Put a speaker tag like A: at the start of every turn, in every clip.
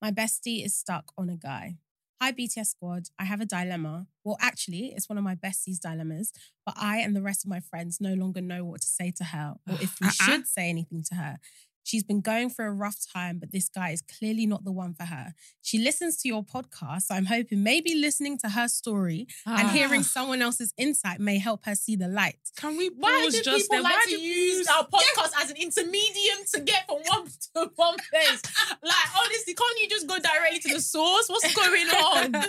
A: My bestie is stuck on a guy. Hi, BTS squad. I have a dilemma. Well, actually, it's one of my bestie's dilemmas, but I and the rest of my friends no longer know what to say to her or if we
B: Uh-uh.
A: should say anything to her. She's been going through a rough time, but this guy is clearly not the one for her. She listens to your podcast, so I'm hoping maybe listening to her story and
B: Ah.
A: hearing someone else's insight may help her see the light.
B: Can we
C: Why
B: pause
C: do
B: just
C: people
B: there?
C: like
B: Why
C: to
B: do
C: use our podcast as an intermedium to get from one to one place? like, honestly, can't you just go directly to the source? What's going on?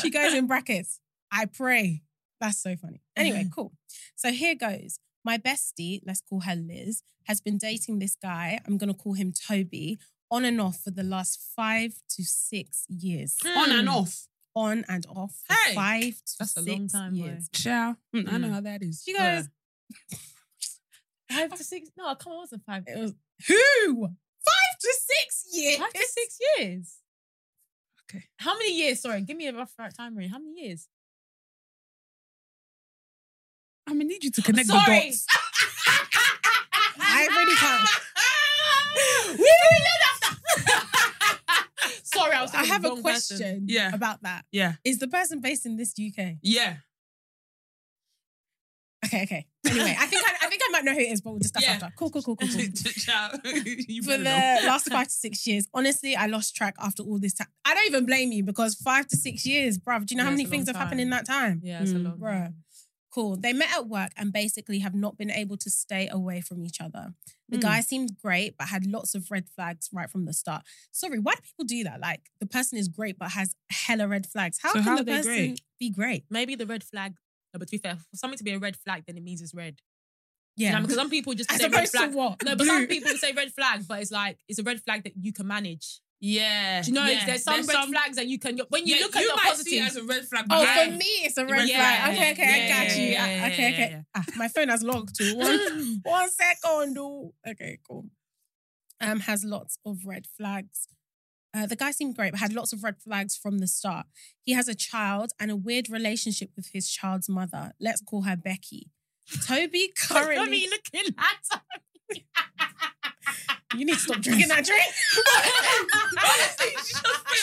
A: she goes in brackets, I pray. That's so funny. Anyway,
C: Mm-hmm.
A: cool. So here goes. My bestie, let's call her Liz, has been dating this guy. I'm going to call him Toby on and off for the last five to six years.
B: on
C: Mm.
B: and off?
A: On and off for
C: Hey,
A: five to
C: that's a
A: Hmm. six
C: long time, boy.
A: years.
B: Ciao.
C: Hmm,
B: I know
A: Mm-mm.
B: how that is.
A: She goes,
C: Five to six? No, come on, what's a five?
A: it was, who? Five to six years?
C: Five to six years.
B: Okay.
C: How many years? Sorry, give me a rough time range. How many years?
B: I'm gonna need you to connect the
C: Sorry.
B: dots.
A: I really can't.
C: We really don't have to- Sorry, I was.
A: I
C: thinking
A: have
C: the
A: a
C: wrong person.
A: question
B: Yeah.
A: about that.
B: Yeah.
A: Is the person based in this UK?
B: Yeah.
A: Okay, okay. Anyway, I think I, I think I might know who it is, but we'll discuss
B: Yeah.
A: after. Cool, cool, cool, cool, cool.
B: Ciao. You
A: for
B: better
A: the
B: know.
A: last five to six years. Honestly, I lost track after all this time. I don't even blame you because five to six years, bruv. Do you
C: Yeah,
A: know how many
C: it's a long
A: things have happened
C: time.
A: in that time?
C: Yeah, it's a
B: Mm.
C: long.
A: Bruh.
C: time.
A: Mm-hmm. Cool. They met at work and basically have not been able to stay away from each other. The
C: Mm.
A: guy seemed great, but had lots of red flags right from the start. Sorry, why do people do that? Like the person is great, but has hella red flags. How
B: So
A: can
B: how
A: the
B: are they
A: person
B: great?
A: be great?
C: Maybe the red flag. No, but to be fair, for something to be a red flag, then it means it's red. Yeah,
A: Yeah.
C: because some people just
A: As
C: say red
A: opposed to
C: flag.
A: what?
C: No, but some
A: Blue.
C: people say red flag, but it's like it's a red flag that you can manage.
B: Yeah.
C: Do you know,
B: yeah.
C: there's some red flags that you can. When you
B: yeah,
C: look at
B: you
C: the
B: might
C: positives,
B: see it as a red flag.
A: Oh,
B: but
A: for
B: I-
A: me, it's a red
B: Yeah,
A: flag. Okay, okay,
C: yeah,
A: I got
C: yeah,
A: you.
C: yeah,
A: Ah,
B: yeah,
A: okay, okay.
B: yeah, yeah.
A: Ah, my phone has logged too. One, one second. oh. Okay, cool. Um, has lots of red flags. Uh, the guy seemed great, but had lots of red flags from the start. He has a child and a weird relationship with his child's mother. Let's call her Becky. Toby currently.
C: I mean, looking at.
A: you need to stop drinking that drink.
B: Honestly, she just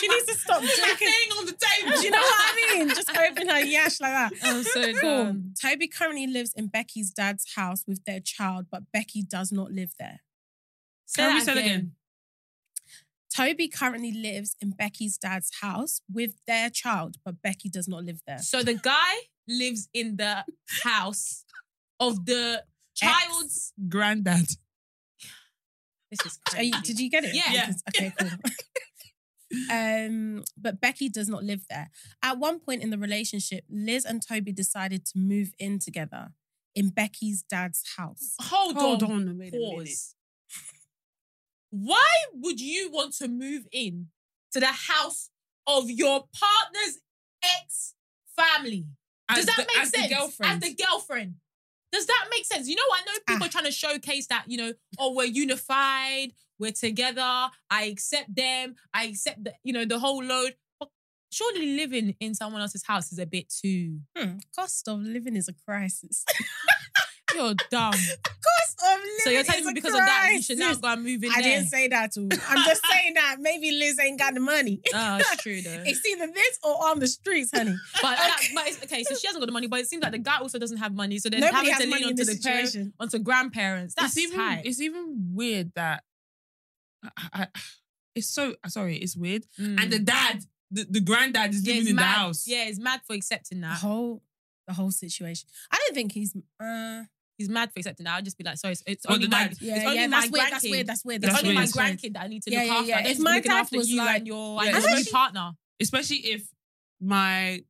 A: she needs to stop drinking.
B: staying on the table.
A: Do you know what I mean? Just open her yash like that.
C: I'm Oh, so
A: Cool. Toby currently lives in Becky's dad's house with their child, but Becky does not live there.
C: Say
B: Can we
C: that
B: say it again?
A: Toby currently lives in Becky's dad's house with their child, but Becky does not live there.
C: So the guy lives in the house of the child's.
B: Granddad.
C: This is
A: Are you- did you get it?
C: Yeah.
B: Yeah.
A: Okay, cool. um, but Becky does not live there. At one point in the relationship, Liz and Toby decided to move in together in Becky's dad's house.
C: Hold,
B: Hold
C: on.
B: on. Wait a minute.
C: Pause. Why would you want to move in to the house of your partner's ex family?
B: As
C: Does that
B: the,
C: make
B: as
C: sense?
B: The girlfriend.
C: As the girlfriend. Does that make sense? You know, I know people are trying to showcase that, you know, oh, we're unified, we're together, I accept them, I accept the, you know, the whole load. But surely living in someone else's house is a bit too
A: Hmm, cost of living is a crisis.
C: you're dumb.
A: cost of living.
C: so you're telling
A: is
C: me
A: a
C: because of that you should now
A: crisis.
C: go and move in
A: I
C: there.
A: didn't say that to. I'm just saying that maybe Liz ain't got the money.
C: Oh, it's true though.
A: It's either this or on the streets, honey.
C: But, that, but it's, okay, so she hasn't got the money, but it seems like the guy also doesn't have money. So then
A: Nobody has
C: having to
A: money
C: lean
A: in
C: onto
A: this
C: the parents,
A: situation.
C: onto grandparents. That's
B: it's even
C: tight.
B: it's even weird that I, I, it's so sorry, it's weird.
C: Mm.
B: And the dad, the, the granddad is
C: yeah,
B: living
C: it's
B: in
C: mad.
B: the house.
C: Yeah, he's mad for accepting
A: The
C: that.
A: whole, the whole situation. I don't think he's. Uh,
C: He's mad for accepting that. I'd just be like, sorry, it's, it's
B: Oh,
C: only
B: the
C: my,
B: dad.
C: it's
A: yeah,
C: only
A: yeah.
C: my
A: That's weird. That's
C: grandkid.
A: weird. That's weird.
B: That's
C: It's
A: That's
C: only
B: weird.
C: my
A: weird.
B: That's
C: grandkid
B: weird.
C: that I need to
A: Yeah,
C: look
A: yeah,
C: after. I
A: yeah.
C: don't
A: If
C: need to be
A: my
C: looking
A: dad
C: after
A: was
C: you
A: like-
C: and your and
B: Yeah, especially-
C: your new partner.
B: Especially if my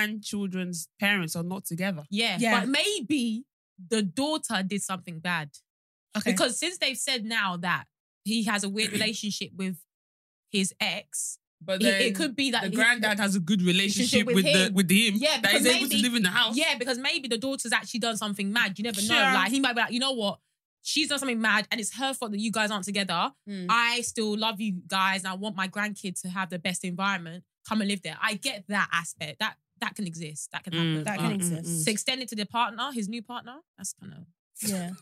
B: grandchildren's parents are not together.
C: Yeah.
A: Yeah.
C: But maybe the daughter did something bad.
A: Okay.
C: Because since they've said now that he has a weird relationship with his ex,
B: But
C: it,
B: then
C: it could be that
B: the
C: he-
B: granddad has a good relationship
C: with
B: with, the
C: him.
B: with him
C: Yeah,
B: that
C: because
B: he's able to
C: maybe-
B: live in the house.
C: Yeah, because maybe the daughter's actually done something mad. You never know.
B: Sure.
C: Like he might be like, you know what? She's done something mad, and it's her fault that you guys aren't together.
A: Mm.
C: I still love you guys, and I want my grandkid to have the best environment. Come and live there. I get that aspect. That that can exist. That can happen.
B: Mm,
A: Hmm. That
C: But
A: can
B: mm, mm,
A: exist.
C: To extend it to the partner, his new partner. That's kind of.
A: yeah.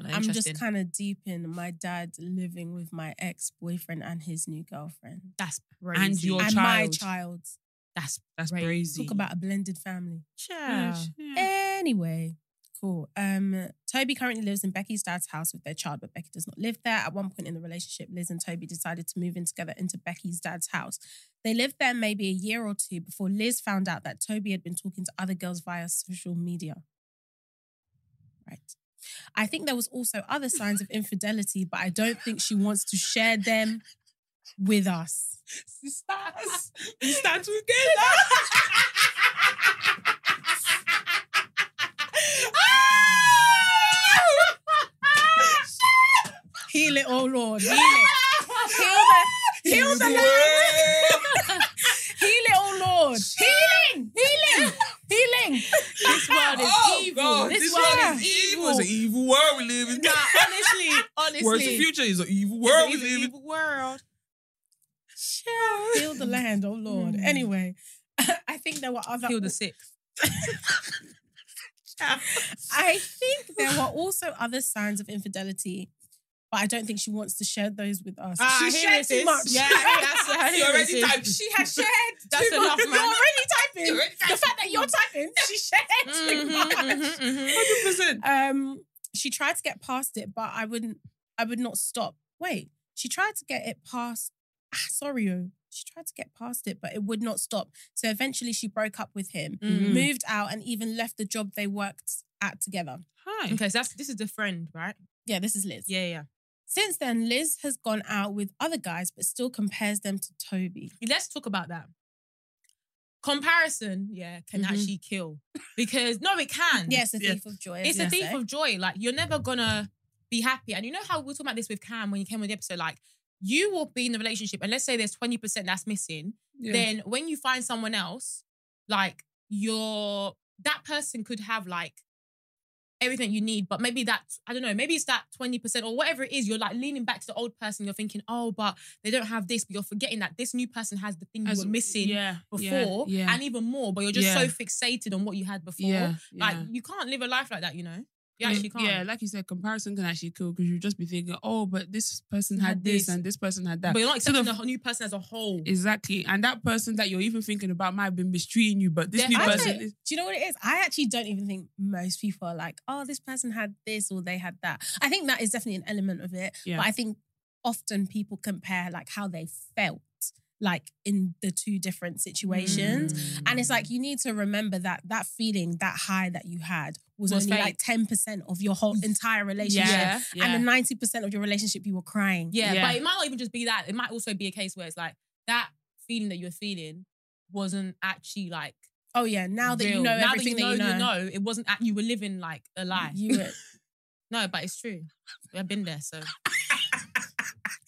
A: I'm
C: interesting.
A: just kind of deep in my dad living with my ex boyfriend and his new girlfriend
C: That's crazy.
B: And your
A: and my
B: child.
A: child.
C: That's
B: That's
C: Right.
B: crazy.
A: Talk about a blended family.
C: yeah.
B: Yeah.
A: Anyway, cool. Um, Toby currently lives in Becky's dad's house with their child, but Becky does not live there. At one point in the relationship, Liz and Toby decided to move in together into Becky's dad's house. They lived there maybe a year or two before Liz found out that Toby had been talking to other girls via social media. Right. I think there was also other signs of infidelity, but I don't think she wants to share them with us.
B: Sisters. We stand
C: Ah!
B: together.
A: Heal it, oh Lord. Heal it. Heal the, heal the land. heal it, oh Lord. Healing, healing, healing.
C: This world is
B: Oh,
C: evil.
B: God,
C: This,
B: this
C: world,
B: world
C: is
B: Evil is an evil world we live in.
C: Nah, honestly, honestly,
B: Where's the future? Is an evil world we
C: It's an
B: live in.
C: evil world.
A: Heal the land, oh Lord.
C: Hmm.
A: Anyway, I think there were other.
C: Kill the sick.
A: I think there were also other signs of infidelity, but I don't think she wants to share those with us.
C: Ah, I
A: she
C: hear
A: shared
C: it,
A: too
C: sis.
A: much.
C: Yeah, that's I
B: You
C: hear it,
B: already
C: sis.
B: typed.
A: She has shared
C: That's
A: too
C: enough,
A: much.
C: man.
A: You're already typing. The fact that you're typing, she shared
C: Mm-hmm,
A: too much.
B: Hundred percent.
A: um she tried to get past it but i wouldn't i would not stop wait she tried to get it past ah, sorry oh. she tried to get past it but it would not stop so eventually she broke up with him
C: Mm-hmm.
B: Mm.
A: moved out and even left the job they worked at together
B: Hi.
C: Okay, so that's this is the friend, right?
A: yeah this is liz
C: Yeah, yeah.
A: since then liz has gone out with other guys but still compares them to toby
C: Let's talk about that. Comparison, yeah, can
B: Mhm.
C: actually kill because no, it can.
A: Mm-hmm. yes eh? a
B: Yeah.
A: thief of joy as
C: Mm-hmm. it's a
A: they
C: thief
A: say.
C: of joy. Like you're never gonna be happy. And you know how we were talking about this with Cam when you came on the episode. Like you will be in a relationship, and let's say there's twenty percent that's missing. Then when you find someone else, like your that person could have like everything you need, but maybe that I don't know, maybe it's that twenty percent or whatever it is. You're like leaning back to the old person. You're thinking, oh, but they don't have this. But you're forgetting that this new person has the thing you were missing.
B: yeah,
C: Before
B: Yeah. yeah.
C: and even more, but you're just
B: Yeah.
C: so fixated on what you had before.
B: yeah,
C: Like
B: yeah.
C: you can't live a life like that, you know. You
B: Yeah,
C: actually can't.
B: Yeah, like you said, comparison can actually kill because you just be thinking, oh, but this person
C: Had
B: had, this,
C: this.
B: and this person had that.
C: but you're not
B: So the
C: accepting the, whole new person as a whole.
B: Exactly. And that person that you're even thinking about might have been mistreating you, but this
C: Yeah,
B: new
A: I don't-
B: person is.
A: Do you know what it is? I actually don't even think most people are like, oh, this person had this or they had that. I think that is definitely an element of it.
B: Yeah.
A: But I think often people compare like how they felt like in the two different situations. And it's
C: Mm.
A: like you need to remember that that feeling, that high that you had was,
C: Was
A: only
C: fake.
A: like 10% of your whole entire relationship.
B: Yeah. yeah.
A: And the 90% of your relationship you were crying.
C: yeah,
B: Yeah.
C: but it might not even just be that. It might also be a case where it's like that feeling that you're feeling wasn't actually like
A: Oh yeah. Now that you
C: real.
A: know
C: now
A: everything
C: that you know,
A: that
C: you know, it wasn't. Act, you were living like a lie.
A: you were-
C: no, but it's true. I've been there, so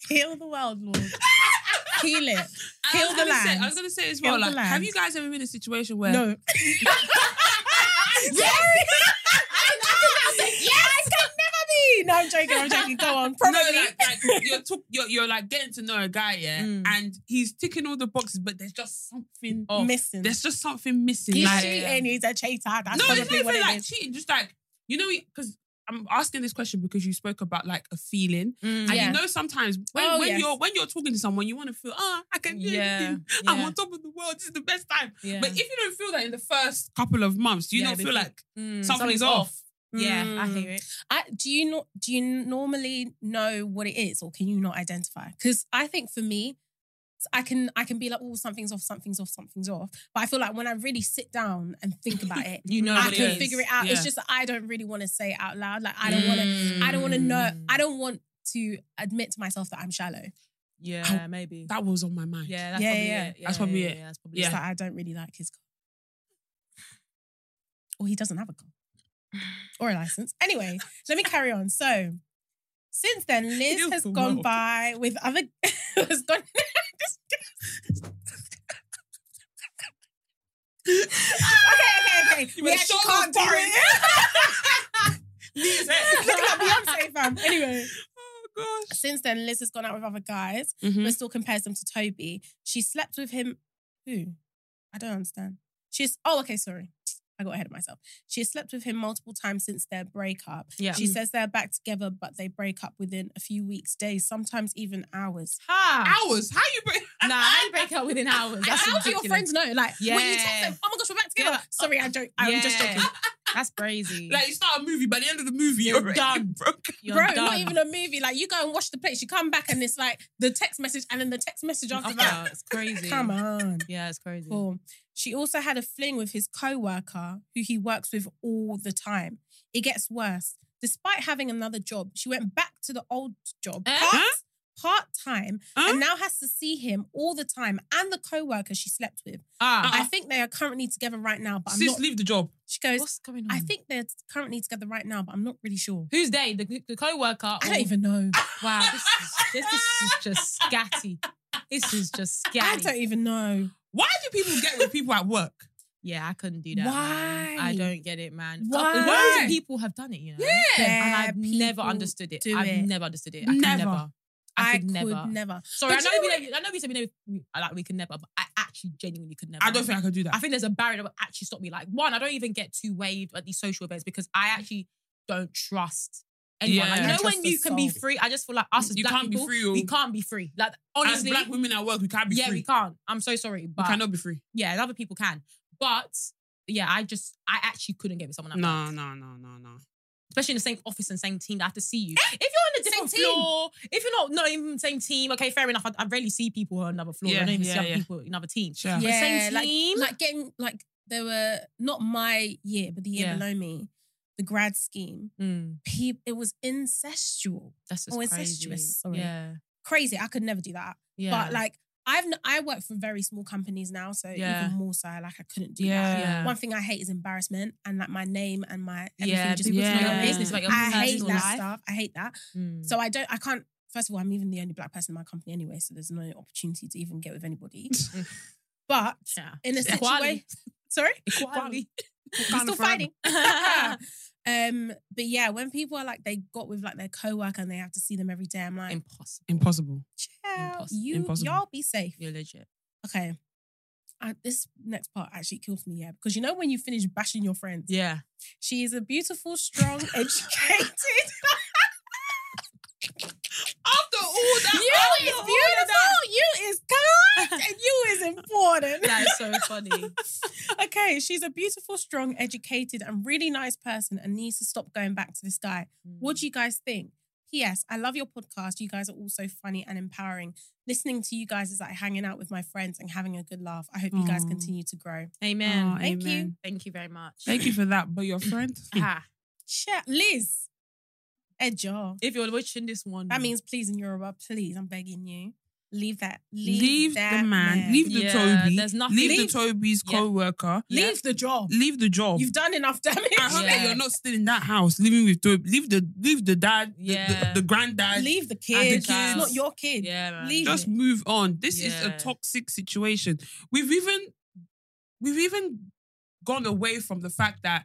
A: Heal the world, Lord. Heal it. Heal
B: I was
A: the
B: gonna say-
A: land.
B: I was gonna say as
A: Heal
B: well.
A: the
B: Like, have
A: land.
B: you guys ever been in a situation where
A: No. Yes, can never be. No, I'm joking. I'm joking. Go on. Probably.
B: No, like, like you're, talk, you're you're like getting to know a guy, yeah,
C: Mm.
B: and he's ticking all the boxes, but there's just something off.
A: missing.
B: There's just something missing.
A: He's
B: Oh, like,
A: cheating. He's a cheater. That's
B: no,
A: probably
B: it's not even
A: what it
B: like
A: is.
B: cheating. Just like you know, because I'm asking this question because you spoke about like a feeling, and
A: Yeah.
B: you know, sometimes when,
A: Oh,
B: when
A: yes.
B: you're when you're talking to someone, you want to feel, ah, I can do
C: Yeah.
B: anything.
C: Yeah.
B: I'm on top of the world. This is the best time.
C: yeah.
B: But if you don't feel that in the first couple of months, you
C: Yeah,
B: don't
C: they
B: feel
C: think-
B: like
C: Mm,
B: something
C: something's
B: is off.
C: Yeah, I
A: Mm.
C: hear it.
A: I, do you not? Do you normally know what it is, or can you not identify? Because I think for me, I can I can be like, oh, something's off, something's off, something's off. But I feel like when I really sit down and think about it,
B: you know,
A: I
B: what it
A: can
B: is.
A: figure it out.
B: Yeah.
A: It's just that I don't really want to say it out loud. Like I don't want to. I don't want to
B: Mm.
A: know. I don't want to admit to myself that I'm shallow.
C: Yeah, maybe.
B: that was on my mind.
C: yeah, that's
A: Yeah,
C: probably
A: yeah.
C: it. Yeah,
B: That's probably
C: yeah,
B: it.
C: Yeah, that's probably
B: Yeah.
A: It's like I don't really like his car, or he doesn't have a car, or a license. Anyway, let me carry on. So, since then, Liz
B: Heal
A: has
B: the
A: gone
B: world.
A: by with other has gone. okay, okay, okay.
B: You
A: we
B: better
A: actually
B: show
A: can't do
B: those
A: it.
B: Knees, eh?
A: Look at Beyonce, fam. Anyway,
B: Oh gosh.
A: since then, Liz has gone out with other guys
C: Mm-hmm.
A: but still compares them to Toby. She slept with him. Who? I don't understand. She's oh okay, sorry. I got ahead of myself. She has slept with him multiple times since their breakup.
C: Yeah. Mm.
A: She says they're back together, but they break up within a few weeks, days, sometimes even hours.
C: Ha!
B: Hours. How you break?
C: Nah, I break up within hours. That's
A: how do your
C: ridiculous.
A: friends know? Like when you text
C: Yeah.
A: them, oh my gosh, we're back together.
C: Yeah.
A: Sorry, I joke. I'm just
C: Yeah.
A: joking.
C: That's crazy.
B: Like you start a movie, by the end of the movie,
C: You're
B: you're, already
C: done.
B: Broke.
C: You're
A: Bro,
C: done.
A: not even a movie. Like you go and wash the plates, you come back and it's like the text message and then the text message after
C: After
A: that.
C: that, It's crazy.
A: Come on.
C: Yeah, it's crazy.
A: Cool. She also had a fling with his co-worker, who he works with all the time. It gets worse. Despite having another job, she went back to the old job
C: Eh?
A: part, part time
B: Huh?
A: and now has to see him all the time and the co-worker she slept with.
C: Ah,
A: I think they are currently together right now, but I'm
B: Uh-huh. Sis,
A: not.
B: leave the job.
A: She goes,
C: what's going on?
A: I think they're currently together right now, but I'm not really sure.
C: Who's they? The, the co-worker?
A: I
C: or-
A: don't even know.
C: Wow, this is, this, this is just scatty. This is just scatty.
A: I don't even know.
B: Why do people get with people at work?
C: yeah, I couldn't do that. man.
A: Why?
C: I don't get it, man.
A: Why?
C: Loads of people have done it, you know. And
A: Bad
C: I've never
A: people
C: understood it.
A: do
C: I've
A: it.
C: never understood it. I could
B: Never.
C: never. I,
A: I
C: could never.
A: never.
C: Sorry, I
A: But
C: know,
A: you know
C: we,
A: what?
C: never- I know we said we, never, we like we could never, but I actually genuinely could never.
B: I don't think I could do that.
C: I think there's a barrier that would actually stop me. Like one, I don't even get too waved at these social events because I actually don't trust anyone.
B: Yeah.
C: Like, you
B: I
C: know
A: trust
C: when
A: the
C: you can be
A: soul.
C: free. I just feel like us as
B: You
C: black
B: can't be
C: people,
B: free, oh.
C: we can't be free. Like honestly,
B: As black women at work, we can't be
C: yeah,
B: free.
C: we can't. I'm so sorry,
B: We
C: but
B: cannot be free.
C: yeah, and other people can. But yeah, I just I actually couldn't get with someone. Like
B: No,
C: that.
B: no, no, no, no.
C: especially in the same office and same team. that I have to see you.
B: Eh?
C: If you're on a different
A: Same team.
C: floor, if you're not not even same team, okay, fair enough. I, I rarely see people who are on another floor.
B: Yeah,
C: I don't even see
B: yeah,
C: other
B: yeah.
C: people in other teams.
B: Sure.
C: But same
A: like-
C: team.
A: Like, getting like there were not my year, but the year
C: Yeah.
A: below me, the grad scheme.
C: Mm,
A: Peop it was incestual,
C: that's just
A: Oh,
C: crazy.
A: incestuous, sorry.
C: Yeah.
A: crazy. I could never do that.
C: Yeah.
A: But like I've n- I work for very small companies now, so
C: Yeah.
A: even more so, like I couldn't do that.
B: Yeah.
C: Yeah.
A: One thing I hate is embarrassment and like my name and my everything
C: yeah,
A: just
C: people
B: people
C: to
B: to
C: know
B: yeah.
C: your business, about your
A: I hate
C: personal
A: that
C: life.
A: stuff. I hate that.
C: Mm.
A: So I don't. I can't. First of all, I'm even the only black person in my company anyway, so there's no opportunity to even get with anybody. but
C: yeah.
A: in a situation,
C: Equality.
A: sorry,
C: Equality.
A: We're
B: Wakanda
A: still
B: forever.
A: fighting. um, but yeah, when people are like they got with like their coworker and they have to see them every day, I'm like,
C: Impossible.
B: Impossible.
A: Chill,
C: Impossible.
A: you
B: Impossible.
A: y'all be safe.
C: You're legit.
A: Okay. I, this next part actually kills me, yeah, because you know when you finish bashing your friends,
C: Yeah.
A: she is a beautiful, strong, educated.
B: After all that,
A: you is beautiful, you is kind, and you is important.
C: That is so funny.
B: Oh,
A: Okay, she's a beautiful, strong, educated, and really nice person and needs to stop going back to this guy. What do you guys think? P.S. I love your podcast. You guys are all so funny and empowering. Listening to you guys is like hanging out with my friends and having a good laugh. I hope you guys
B: Aw.
A: continue to grow.
C: Amen.
B: Aw,
A: Thank you.
B: amen.
C: Thank you very much.
B: Thank you for that. But your friend,
C: Ha.
A: Shit, Liz. Edger.
C: If you're watching this one,
B: Mm.
A: That means please in Yoruba, please. I'm begging you. Leave that.
B: Leave,
A: Leave,
B: the
A: that
B: man, leave the
C: Yeah,
B: Toby,
C: there's nothing-
B: leave,
C: Leave-
B: the Toby's
C: Yeah.
B: co-worker,
A: Leave the job.
B: leave the job.
A: You've done enough damage.
B: I hope
C: Yeah.
B: that you're not still in that house living with Toby. Leave the leave the dad, the,
C: Yeah.
B: the, the granddad.
A: Leave the kids.
C: kids.
A: It's not your kid.
C: Yeah, man.
A: Leave
B: Just
A: it.
B: move on. This is a
C: Yeah.
B: toxic situation. We've even we've even gone away from the fact that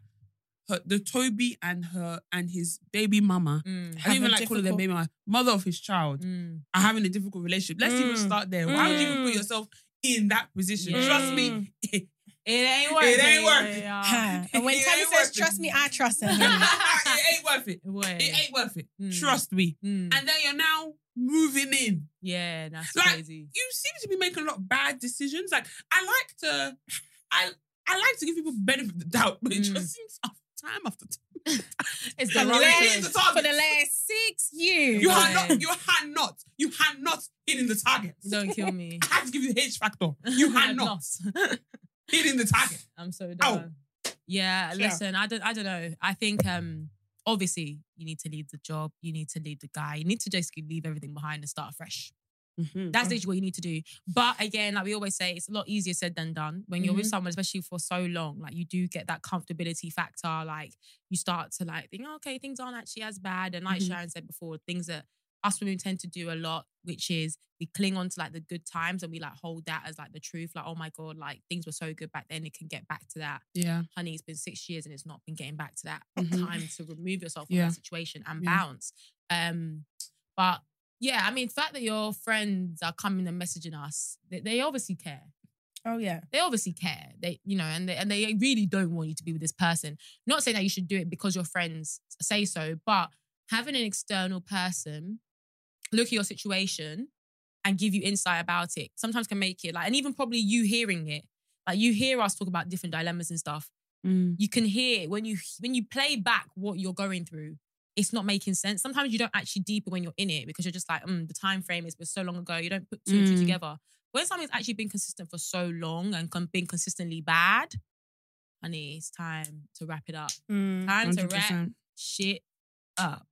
B: her, the Toby and her and his baby mama.
C: Mm,
B: I don't even
A: Having
B: like calling them
A: difficult-
B: baby mama, mother of his child
C: mm.
B: are having a difficult relationship. Let's even
C: Mm.
B: start there. Why would you even put
A: Mm.
B: yourself in that position?
C: Yeah.
B: Trust me, it
C: It ain't worth it.
B: It ain't worth it.
C: Yeah.
A: Ha. And when
B: It
A: Tammy
B: ain't
A: says,
B: worth it.
A: trust me, I trust him.
B: ain't worth it.
C: It worth
B: It ain't worth it.
C: Mm.
B: Trust me.
C: Mm.
B: and then you're now moving in.
C: Yeah, that's
B: Like-
C: crazy.
B: You seem to be making a lot of bad decisions. Like I like to, I I like to give people benefit of the doubt, but it
C: Mm.
B: just seems after time after time.
C: It's
B: For
C: the
B: the
C: wrong
B: last-
C: choice.
B: the
A: For
B: target.
A: the last six years.
B: You
C: Right.
B: had not, you had not, you had not hitting the target.
C: Don't kill me.
B: I had to give you the H factor. You had
C: I'm
B: not hitting the target.
C: I'm so
B: Ow.
C: done. Yeah,
B: Yeah.
C: listen, I don't I don't know. I think um obviously you need to leave the job, you need to leave the guy, you need to just leave everything behind and start fresh.
A: Mm-hmm.
C: That's literally what you need to do. But again, like we always say, it's a lot easier said than done. When you're with someone, especially for so long, like you do get that comfortability factor. Like you start to like think, "Oh, okay, things aren't actually as bad. And like
B: Mhm.
C: Sharon said before, things that us women tend to do a lot, which is we cling on to like the good times and we like hold that as like the truth. Like, oh my God, like things were so good back then, it can get back to that
B: Yeah.
C: honey, it's been six years and it's not been getting back to that
B: Mhm.
A: Mm-hmm.
C: time to remove yourself from
B: Yeah.
C: that situation and
B: Yeah.
C: bounce. Um, but yeah, I mean, the fact that your friends are coming and messaging us, they, they obviously care.
A: Oh, yeah.
C: They obviously care. They, you know, and they, and they really don't want you to be with this person. Not saying that you should do it because your friends say so, but having an external person look at your situation and give you insight about it sometimes can make it like, and even probably you hearing it, like you hear us talk about different dilemmas and stuff
A: Mm.
C: you can hear when you when you play back what you're going through it's not making sense sometimes you don't actually deeper when you're in it because you're just like mm, the time frame is was so long ago you don't put two and two
B: Mm.
C: together when something's actually been consistent for so long and con- been consistently bad honey it's time to wrap it up
A: Mm,
C: time to wrap shit up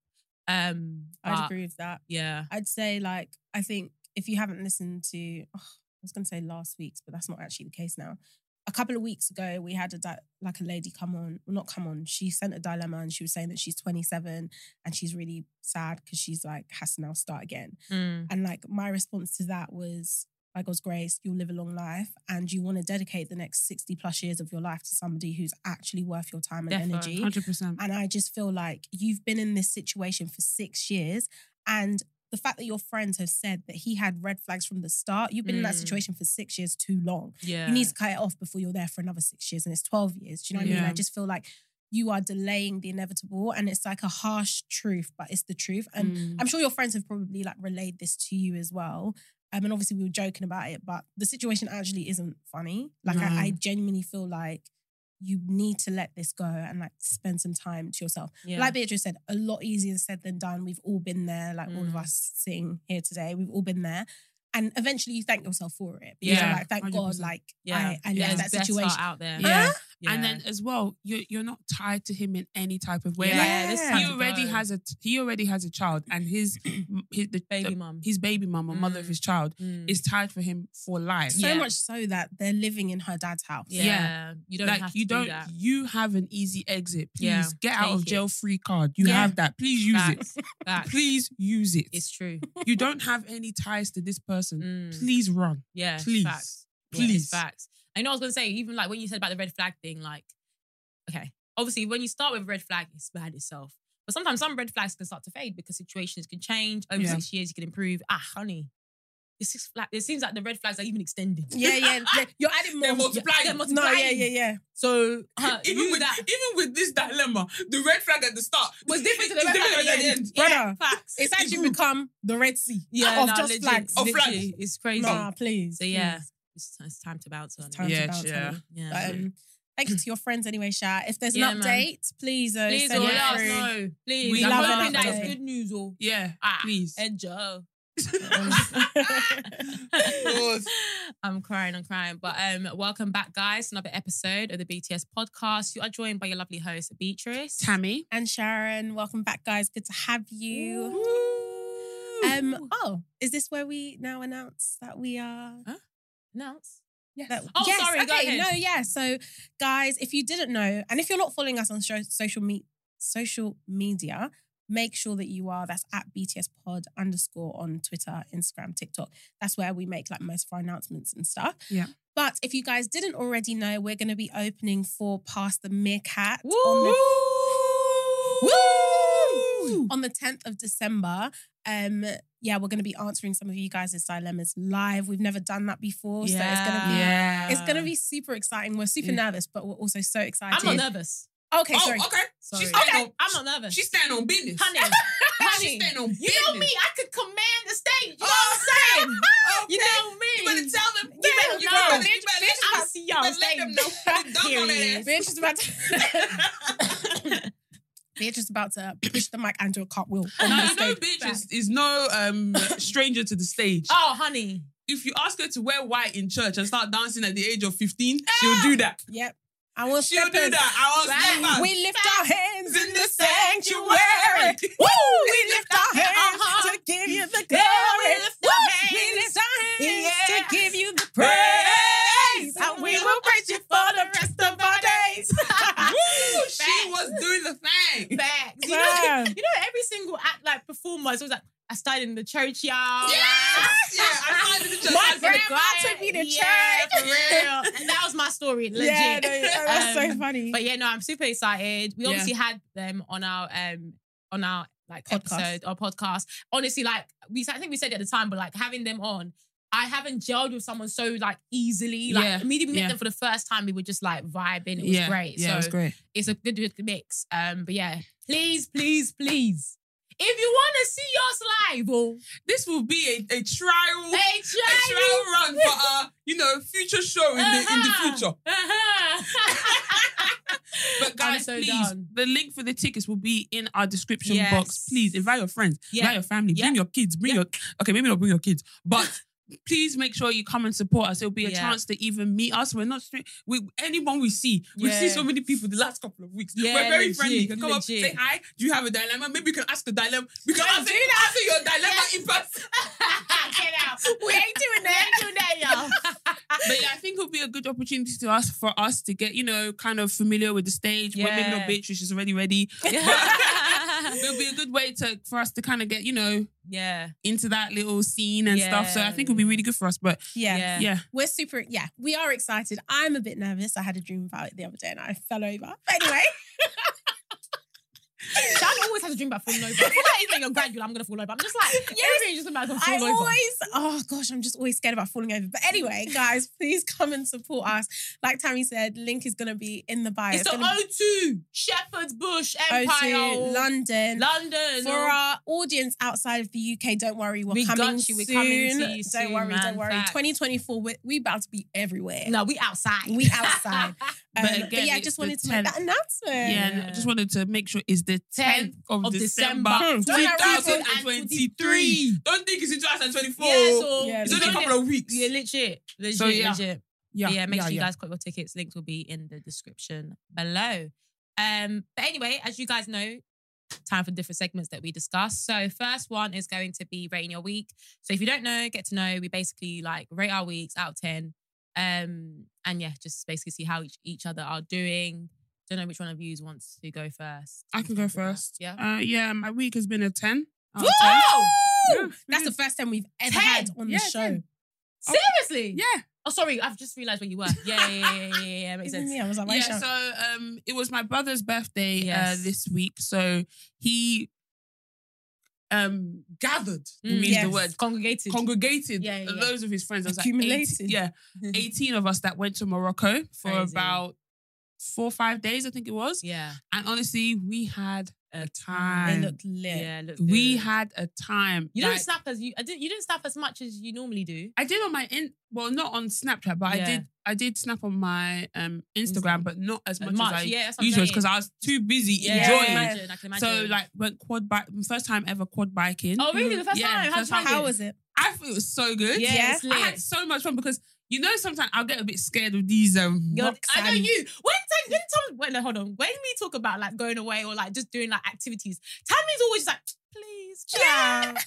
C: um
A: I'd
C: but,
A: agree with that.
C: yeah
A: I'd say, like, I think if you haven't listened to, oh, I was going to say last week's, but that's not actually the case now. A couple of weeks ago, we had a di- like a lady come on, well, not come on. She sent a dilemma, and she was saying that she's 27 and she's really sad because she's like has to now start again.
C: Mm,
A: And like my response to that was, by God's grace, you'll live a long life and you want to dedicate the next 60 plus years of your life to somebody who's actually worth your time and
C: Defo.
A: energy.
B: Hundred percent.
A: And I just feel like you've been in this situation for six years and the fact that your friends have said that he had red flags from the start, you've been in that
C: Mm.
A: situation for six years too long
C: yeah
A: you need to cut it off before you're there for another six years and it's 12 years. Do you know what I mean?
B: Yeah.
A: I just feel like you are delaying the inevitable and it's like a harsh truth, but it's the truth. And
C: Mm,
A: I'm sure your friends have probably like relayed this to you as well. Um, and obviously we were joking about it, but the situation actually isn't funny. Like
B: No.
A: I, I genuinely feel like you need to let this go and like spend some time to yourself.
C: yeah.
A: Like Beatrice said, a lot easier said than done. We've all been there, like all of
C: Mm.
A: us sitting here today, we've all been there. And eventually you thank yourself for it. Because
C: Yeah,
A: you're like, thank God,
B: 100%.
A: like
C: yeah
A: I, I left
C: There's
A: that
C: better
A: situation.
C: out there
B: Yeah.
C: Yeah.
B: And then as well, you're you're not tied to him in any type of way.
C: yeah,
B: Like
C: this
A: he
C: time
B: he
C: to
B: already
C: go.
B: has a he already has a child, and his his the,
C: baby
B: the-
C: mum
B: his baby mum or mother of
C: Mm.
B: his child
C: Mm.
B: is tied for him for life.
A: So
C: Yeah.
A: much so that they're living in her dad's house.
C: yeah. you don't
B: like
C: have to
B: you
C: do
B: don't,
C: that.
B: you have an easy exit. Please
C: Yeah,
B: get out
C: take
B: of
C: it.
B: jail free card. You
A: Yeah.
B: have that. Please use
C: Facts.
B: it.
C: Facts.
B: Please use it.
C: It's true.
B: you don't have any ties to this person.
C: Mm.
B: Please run.
C: Yeah.
B: Please.
C: Facts. Yeah, it's
B: Please.
C: facts. I know I was gonna say, even like when you said about the red flag thing, like, okay, obviously when you start with a red flag, it's bad itself. But sometimes some red flags can start to fade because situations can change. Over
B: Yeah.
C: six years, you can improve. Ah, honey. This is flat. It seems like the red flags are even extended.
A: Yeah, yeah. yeah. You're adding more.
B: They're multiplying.
A: Yeah,
B: They're
A: No, yeah,
B: multiplying.
A: yeah, yeah.
C: So uh,
B: even
C: you
B: with
C: that
B: even with this dilemma, the red flag at the start
C: was different to the
B: is
C: red flag
B: different
C: at the end.
B: end.
C: Yeah,
A: Brother,
C: facts.
A: It's actually become the Red Sea
C: Mm-hmm. yeah,
A: of
C: no,
A: just
C: legit,
A: flags.
B: Of flags.
C: literally, It's crazy.
A: Nah, please.
C: So yeah,
A: please.
C: it's, it's time to bounce on.
A: It's time
B: Yeah,
A: to bounce.
B: yeah.
A: honey.
C: Yeah.
A: But, um, thank you to your friends anyway, Sha. If there's
C: Yeah,
A: an
C: man.
A: update, please, uh,
C: Please,
A: send
C: oh,
A: it
C: let us
A: through.
C: know. Please,
B: We
C: I'm
B: love
C: hoping
B: an
C: that is
B: update.
C: good news. Or
B: Yeah,
C: Ah,
B: please.
C: and Joe.
B: course.
C: I'm crying, I'm crying. But um, welcome back, guys, to another episode of the BTS podcast. You are joined by your lovely host, Beatrice.
B: Tammy.
A: And Sharon, welcome back, guys. Good to have you. Um, oh, is this where we now announce that we are?
C: Announce.
A: Yes.
C: Oh, sorry, go
A: okay,
C: ahead.
A: No, yeah. So, guys, if you didn't know, and if you're not following us on sho- social me- social media, make sure that you are. That's at BTS Pod underscore on Twitter, Instagram, TikTok. That's where we make like most of our announcements and stuff.
B: Yeah.
A: But if you guys didn't already know, we're going to be opening for Past the Meerkat
C: Woo!
A: on the on the 10th of December. Um, yeah, we're going to be answering some of you guys' dilemmas live. We've never done that before, so it's going to be
B: Yeah.
A: it's going to be super exciting. We're super
B: Yeah.
A: nervous, but we're also so excited.
C: I'm not nervous.
A: Okay, sorry.
B: Oh, okay.
C: Sorry.
B: She's standing on,
C: I'm not nervous.
B: she's standing on business.
C: honey,
B: She's
C: honey.
B: standing on
C: You
B: business.
C: know me. I could command the stage. You know
B: Oh,
C: what I'm saying?
B: okay.
C: You know me.
B: You better tell them.
C: You better
B: you
C: know.
B: better, you better let
C: I'm
B: them-
C: see
B: you
C: y'all
B: better let them know. Dunk on their ass.
A: Beatrice is about to Beatrice is about to push the mic and do a cartwheel. on
B: Now,
A: the
B: you know,
A: stage.
B: bitch is, is no um, stranger to the stage.
C: Oh, honey.
B: If you ask her to wear white in church and start dancing at the age of 15, she'll do that.
A: Yep. I want
B: She'll do that. I was
C: Right.
B: never.
A: We lift our hands in the sanctuary.
B: sanctuary.
A: Woo! We lift our hands
C: Uh-huh.
A: to give you the
C: Yeah,
A: glory.
C: we lift
A: Woo!
C: our
A: We lift our hands
C: Yeah.
A: to give you the
B: Praise.
A: praise. And we will praise you for the rest of our days.
B: Woo,
C: Facts.
B: she was doing the thing.
C: Facts. You know,
A: Man.
C: you know every single act like performer is always like, I started in the church, y'all.
B: Yes, yeah, I started in the church. I
A: My
B: was in the
A: grandma took me to
C: yeah,
A: church.
C: for real. And that was my story, legit.
A: Yeah, no, that's so
C: Um,
A: funny.
C: But yeah, no, I'm super excited. We
B: Yeah.
C: obviously had them on our um on our like
A: Podcast.
C: episode or podcast. Honestly, like we I think we said it at the time, but like having them on, I haven't gelled with someone so like easily. Like
B: Yeah,
C: immediately we
B: yeah.
C: met them for the first time, we were just like vibing. It was
B: yeah,
C: great.
B: Yeah,
C: so
B: it was great.
C: it's a good, good mix. Um, but yeah, please, please, please. If you want to see yours live, oh,
B: This will be a, a trial, a
C: hey,
B: trial run for our, you know, future show in, the, in the
C: Uh-huh.
B: future.
C: Uh-huh.
B: But guys,
C: so
B: please,
C: done.
B: the link for the tickets will be in our description
C: Yes.
B: box. Please invite your friends,
C: Yeah.
B: invite your family,
C: Yeah.
B: bring your kids, bring
C: Yeah.
B: your okay, maybe not bring your kids, but please make sure you come and support us. It'll be a
C: Yeah.
B: chance to even meet us. We're not straight. We anyone we see, we've seen
C: Yeah.
B: so many people the last couple of weeks.
C: Yeah,
B: We're very
C: legit,
B: friendly. You can come up,
C: legit.
B: say hi. Do you have a dilemma? Maybe you can ask a dilemma. We can
C: Yeah,
B: answer,
C: do that.
B: answer your dilemma in person.
C: Get out. We ain't doing that. We ain't doing that, y'all.
B: But yeah, I think it'll be a good opportunity to us for us to get, you know, kind of familiar with the stage. We're maybe
C: Yeah.
B: not bitch, she's already ready. it'll be a good way to for us to kind of get you know
C: yeah.
B: into that little scene and stuff. So I think it'll be really good for us. But
A: yeah.
C: Yeah.
B: yeah,
A: We're super, yeah, we are excited. I'm a bit nervous. I had a dream about it the other day and I fell over. But anyway,
C: Shan always has a dream about falling over. I feel like even you're graduate, I'm gonna fall over. I'm just like,
A: Yes.
C: everything just about to
A: I
C: fall over.
A: always, oh gosh, I'm just always scared about falling over. But anyway, guys, please come and support us. Like Tammy said, link is going to be in the bio.
C: it's the
A: gonna be
C: O2 Shepherd's Bush Empire,
A: O2, London.
C: London.
A: For our audience outside of the UK, don't worry, we're
C: We
A: coming
C: got you, we're
A: soon.
C: coming to you
A: don't
C: soon,
A: worry,
C: man.
A: don't worry.
C: Facts.
A: 2024, we're, we about to be everywhere.
C: no, we outside.
A: We outside.
B: But
A: Um,
B: again,
A: yeah, I
B: it's
A: just
B: the
A: wanted to make
B: 10th.
A: that announcement.
B: yeah, and I just wanted to make sure it's the 10th of,
C: of December,
B: December,
C: Hmm.
B: 2023. Don't think it's in 2024.
C: yeah, so
A: Yeah,
B: it's only a
A: legit.
B: couple of weeks.
C: Yeah, legit. Legit,
B: So, yeah.
C: legit. Yeah, make sure you guys got your tickets. Links will be in the description below. Um, but anyway, as you guys know, time for different segments that we discuss. So first one is going to be rating your week. So if you don't know, get to know. We basically like rate our weeks out of ten, um, and yeah, just basically see how each, each other are doing. Don't know which one of you wants to go first.
B: I can go first.
C: Yeah.
B: Uh, yeah, my week has been a 10. out of
A: Woo!
B: 10.
A: That's the first time we've ever
C: Ten.
A: had on
B: Yeah,
A: the show.
B: ten.
C: Seriously?
B: Yeah.
C: Oh, sorry, I've just realised where you were. Yeah, yeah, yeah, yeah, yeah. yeah. Makes
A: Isn't
C: sense.
A: it? I was like, why
B: yeah,
A: shout?
B: so um, it was my brother's birthday
C: Yes.
B: uh, this week. So he um gathered
C: Mm.
B: means
A: Yes.
B: the word
C: Congregated.
B: congregated
C: Yeah, yeah, yeah.
B: those of his friends. I was like,
A: Accumulated.
B: 18 yeah, eighteen of us that went to Morocco for
C: Crazy.
B: about four five days, I think it was.
C: yeah.
B: And honestly, we had a
A: They
B: time.
A: look lit.
C: Yeah, look.
B: we
C: good.
B: had a time.
C: You don't
B: Like,
C: snap as you. I didn't. You didn't snap as much as you normally do.
B: I did on my in well, not on Snapchat, but
C: Yeah.
B: I did. I did snap on my um Instagram,
C: Instagram.
B: but not
C: As
B: as much,
C: much,
B: as I
C: yeah, that's what I'm
B: usually
C: saying.
B: because I was too busy
C: Yeah, I
B: enjoying
C: can
B: my
C: imagine. I can imagine.
B: So like went quad bike first time ever quad biking.
C: Oh really? The first
B: Yeah,
C: time? How
B: first
C: time?
B: time.
A: How was it?
B: I thought it was so good.
C: Yeah,
A: Yeah.
C: it's
B: I
C: lit.
B: had so much fun because you know sometimes I'll get a bit scared of these um
C: You're-
B: rocks
C: I know
B: and-
C: you. When time, when time, wait, no, hold on. When we talk about like going away or like just doing like activities, Tammy's always like, please. Yeah. I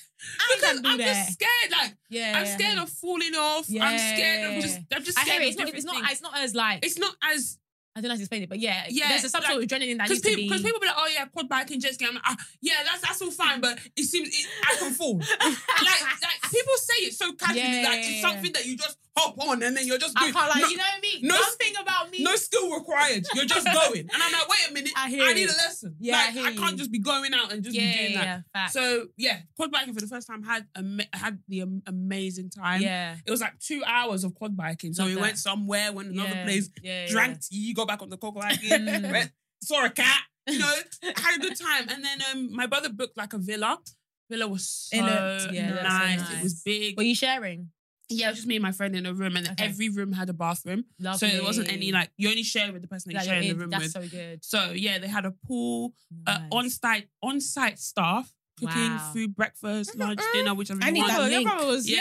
B: because
C: can do
B: I'm
C: that.
B: just scared. Like
C: yeah.
B: I'm scared of falling off. I'm scared
C: Yeah.
B: of just. I'm just
C: I hear it.
B: scared of
C: It's not,
B: different
C: it's, not,
B: things.
C: it's not as like,
B: It's not as
C: I don't know how to explain it, but yeah.
B: Yeah,
C: There's a some sort of adrenaline that
B: because
C: needs to
B: people
C: be.
B: because people be like, oh yeah, quad biking, jet skiing. I'm like, ah, yeah, that's that's all fine, but it seems it, I can fall. like like people say it so casually,
C: Yeah,
B: like
C: yeah,
B: it's
C: yeah.
B: something that you just hop on and then you're just
C: I
B: doing.
C: can't like,
B: no,
C: you know me?
B: no-
C: Nothing about me.
B: no skill required. You're just going, and I'm like, wait a minute,
C: I
B: I,
C: hear
B: need
C: you.
B: a lesson.
C: Yeah, I
B: like,
C: hear
B: I, can't
C: you.
B: just be going out and just
C: yeah,
B: be doing
C: yeah,
B: that.
C: yeah, fact.
B: So yeah, quad biking for the first time had ama- had the am- amazing time.
C: yeah.
B: It was like two hours of quad biking. So
C: Love
B: we
C: that.
B: went somewhere, went another
C: yeah,
B: place,
C: yeah, yeah.
B: drank tea, got back on the cocoa wagon,
C: Mm.
B: went- saw a cat, you know, had a good time. And then um, my brother booked like a villa. Villa was so
C: It looked- yeah, it looked so
B: nice. It was
C: nice.
B: big.
C: Were you sharing?
B: yeah, it was just me and my friend in a room, and
C: Okay.
B: every room had a bathroom.
C: Lovely.
B: So it wasn't any like you only share with the person that you
C: Like,
B: share in the
C: it-
B: room
C: That's
B: with.
C: so good.
B: So yeah, they had a pool, uh,
C: Nice.
B: on site on site staff cooking
C: Wow.
B: food, breakfast, lunch,
A: Mm-mm.
B: dinner, whichever
A: I
B: you
A: need
B: want.
A: that
C: Bravo, your
A: link.
C: brother was-
B: Yeah,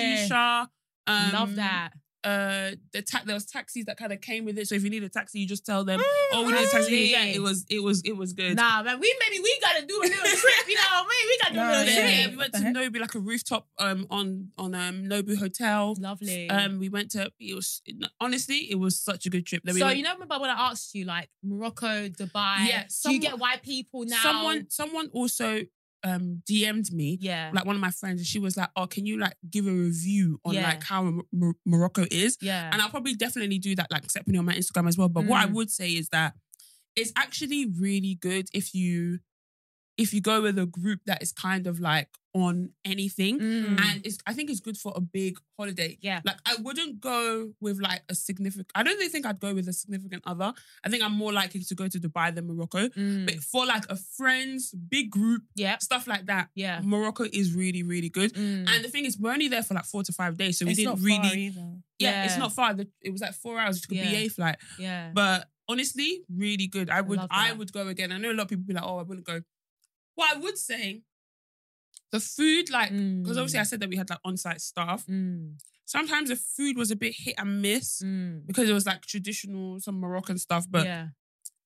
C: yeah.
B: shisha. Um,
C: Love that.
B: Uh, the ta- there was taxis that kind of came with it. So if you need a taxi, you just tell them, "Oh, we need a taxi." Yeah,
C: lovely.
B: it was it was it was good.
C: Mm, Nah, man, we maybe we gotta do a little trip. You know what I mean? We gotta do
A: Nah,
C: a
B: Yeah,
C: little
B: yeah,
C: trip.
B: we
A: What
B: went
A: the
B: to
A: heck?
B: Nobu like a rooftop um on on um Nobu Hotel.
C: Lovely.
B: Um, we went to it was honestly it was such a good trip. Then we
C: so
B: went-
C: you know, remember when I asked you, like Morocco, Dubai?
B: Yeah,
C: do you
B: someone-
C: get white people now?
B: someone someone also um DM'd me
C: yeah,
B: like one of my friends, and she was like, "Oh, can you like give a review on
C: Yeah.
B: like how Mor- Mor- Morocco is?"
C: yeah,
B: And I'll probably definitely do that like separately on my Instagram as well. But what I
C: Mm.
B: would say is that it's actually really good if you if you go with a group that is kind of like on anything,
C: Mm.
B: and it's I think it's good for a big holiday.
C: yeah,
B: Like I wouldn't go with like a significant. I don't really think I'd go with a significant other. I think I'm more likely to go to Dubai than Morocco.
C: Mm.
B: But for like a friends, big group,
C: yeah,
B: stuff like that,
C: yeah.
B: Morocco is really, really good.
C: Mm.
B: And the thing is, we're only there for like four to five days, so we
A: It's
B: didn't
A: not
B: really.
A: far either.
B: yeah, it's
C: Yeah.
B: not far. The- It was like four hours. to a
C: Yeah.
B: BA flight,
C: yeah,
B: but honestly, really good. I would,
C: love
B: I,
C: that.
B: would go again. I know a lot of people be like, "Oh, I wouldn't go." What I would say, the food, like, because
C: because
B: obviously I said that we had like on-site staff.
C: Mm.
B: Sometimes the food was a bit hit and miss
C: Mm.
B: because it was like traditional, some Moroccan stuff. But
C: yeah,